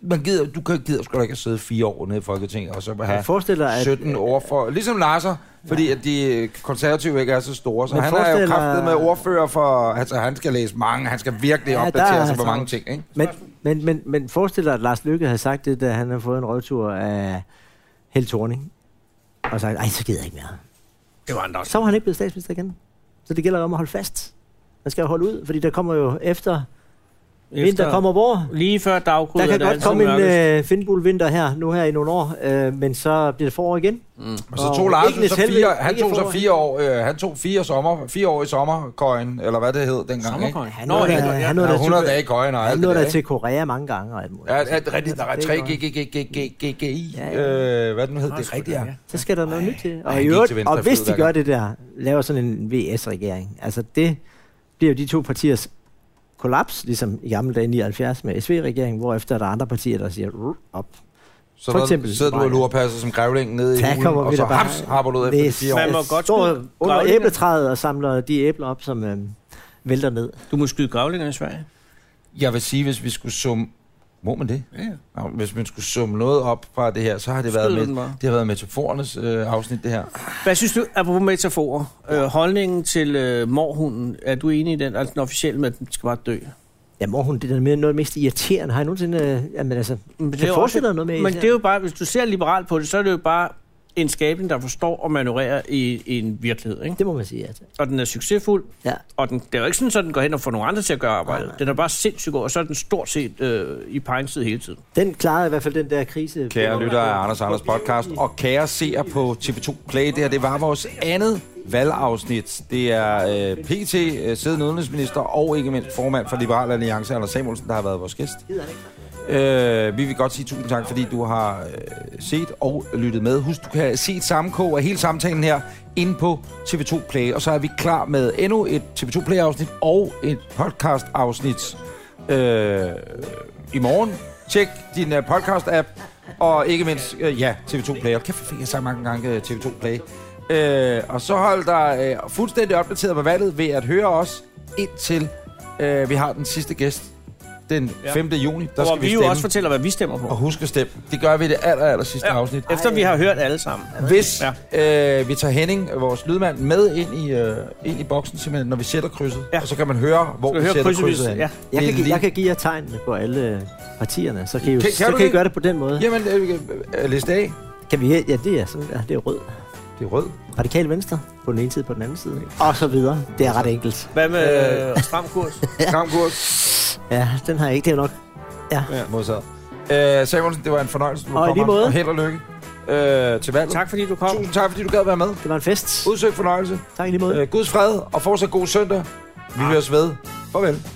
A: Man gider, du kan gider sgu da ikke at sidde fire år nede i Folketinget, og så
C: Jeg
A: have
C: forestiller, at,
A: 17 år for... Ligesom Larser, fordi at de konservative ikke er så store, så
C: Men
A: han er jo
C: forestil dig-
A: kraftet med ordfører for... Altså, han skal læse mange, han skal virkelig
C: Ja, der
A: opdatere
C: er
A: sig på
C: altså-
A: mange ting, ikke?
C: Men, men, men, men forestil dig, at Lars Lykke havde sagt det, da han havde fået en røvtur af Held Thorning. Og sagt, ej, så gider jeg ikke mere.
B: Det var han da også.
C: Så var han ikke blevet statsminister igen. Så det gælder om at holde fast. Man skal jo holde ud, fordi der kommer jo efter, efter vinter kommer vor.
B: Lige før daggry.
C: Der kan godt komme en øh, Finnbull-vinter her, nu her i nogle år, øh, men så bliver det forår igen.
A: Og så
C: Og
A: tog Larsen
C: ikke
A: så
C: Niels
A: fire...
C: Helveg,
A: Han
C: ikke
A: tog så
C: for-
A: fire år... Øh, han tog fire, sommer, fire år i sommerkøjen, eller hvad det hed dengang, ikke?
B: Sommerkøjen.
C: Han
B: Nå,
C: nåede
B: ja,
C: da-
B: ja,
C: han
B: ja.
C: nåede
A: Eller
C: da
A: 100
C: til-
A: dage i køjen og
C: Han
A: alt det
C: nåede
A: der,
C: da
A: ikke?
C: til Korea mange gange og alt muligt. Altså,
A: Ja, ja, det er rigtigt. Der er 3 G, G, G, G, G, G, G, I.
C: Ja,
A: Øh, Hvad den hed, det er
B: selvfølgelig,
A: rigtigt, ja.
C: Så skal der noget nyt til.
A: han
C: Og, i
A: gik
C: øvrigt,
A: til venstre
C: og hvis de
A: fed,
C: gør det der, laver sådan en VS-regering, altså det bliver jo de to partiers kollaps, ligesom i gamle dage i 79 med SV-regeringen, hvorefter der er andre partier, der siger "Ruh, op.
A: Så
C: For
A: der
C: eksempel-
A: sidder du og lurepasser som grævlingen nede i
C: Der
A: hulen,
C: kommer
A: og
C: vi
A: så
C: da bare-
A: haps, hopper du ud efter de
C: Hvis-
A: fire år.
B: Man må godt
C: Står
B: skyde
C: under
B: gravlingerne.
C: æbletræet og samler de æbler op, som øh, vælter ned.
B: Du må skyde gravlingerne i Sverige.
A: Jeg vil sige, hvis vi skulle summe... Må man det?
B: Ja.
A: Nå, hvis man skulle summe noget op fra det her, så har det
B: Skyd
A: været, med,
B: den bare.
A: det har været metaforernes øh, afsnit, det her.
B: Hvad synes du, apropos metaforer, øh, holdningen til øh, morhunden, er du enig i den, altså den officielle med, at den skal bare dø?
C: Ja, morhund, det er da mere- noget af det mest irriterende. Har jeg nogensinde... Øh, jamen altså,
B: Men
C: kan
B: er
C: jeg
B: jo
C: forestille
B: også-
C: dig noget med
B: Men det er jo bare, hvis du ser liberalt på det, så er det jo bare en skabning, der forstår at manøvrere i, i en virkelighed, ikke?
C: Det må man sige, altså.
B: Og den er succesfuld,
C: Ja.
B: og den, det er jo ikke sådan, at den går hen og får nogle andre til at gøre arbejdet.
C: Nej, nej.
B: Den er bare sindssygt god, og så er den stort set øh, i pegensid hele tiden.
C: Den klarede i hvert fald den der krise.
A: Kære lyttere af Anders Anders podcast, og kære seere på TV2 Play, det her, det var vores andet valgafsnit. Det er øh, PT, øh, siddende udenrigsminister og ikke mindst formand for Liberal Alliance, Anders Samuelsen, der har været vores gæst. Øh, vi vil godt sige tusind tak, fordi du har øh, set og lyttet med. Husk, du kan se et sammenkog af hele samtalen her inde på TV2 Play. Og så er vi klar med endnu et TV2 Play-afsnit og et podcast-afsnit øh, i morgen. Tjek din øh, podcast-app, og ikke mindst, øh, ja, TV2 Play. Og kæft, hvor fik jeg så mange gange øh, TV2 Play. Øh, og så hold dig øh, fuldstændig opdateret på valget ved at høre os indtil øh, vi har den sidste gæst den
B: Ja.
A: 5. juni. Der
B: og
A: skal
B: vi,
A: vi
B: jo
A: stemme.
B: også fortæller, hvad vi stemmer på.
A: Og husk at stemme. Det gør vi i det aller, aller sidste ja.
B: Ja.
A: afsnit.
B: Efter vi har hørt alle sammen.
A: Hvis ja. øh, vi tager Henning, vores lydmand, med ind i, øh, ind i boksen, simpelthen, når vi sætter krydset, ja.
B: Ja.
A: og så kan man høre, hvor
B: Skal
A: vi
B: vi høre
A: sætter
B: krydset,
A: krydset,
B: hvis-
A: hen.
B: ja.
C: Jeg
A: Det
C: kan,
A: er
C: give,
A: lige-
C: jeg kan give jer tegnene på alle øh, partierne, så kan I, jo,
A: Kan- kan
C: så
A: du
C: kan I
A: det?
C: gøre det på den måde.
A: Jamen, øh, øh, liste A.
C: Kan vi, ja, det er sådan der. Det er rød.
A: Det er rød.
C: Radikal venstre på den ene side, på den anden side. Og så videre. Det er ret enkelt.
B: Hvad med øh, stram kurs?
A: Kram kurs.
C: Ja, den har jeg ikke. Det er jo nok.
A: Ja. Modsat. Øh, Samuelsen, det var en fornøjelse, du
C: Og i lige måde.
A: Og held og lykke. øh, til valget.
B: Tak fordi du kom.
A: Tusind tak, fordi du gad være med.
C: Det var en fest.
A: Udsøgt fornøjelse.
C: Tak i lige måde.
A: Øh, Guds fred, og fortsat god søndag. Vi høres ved. Farvel.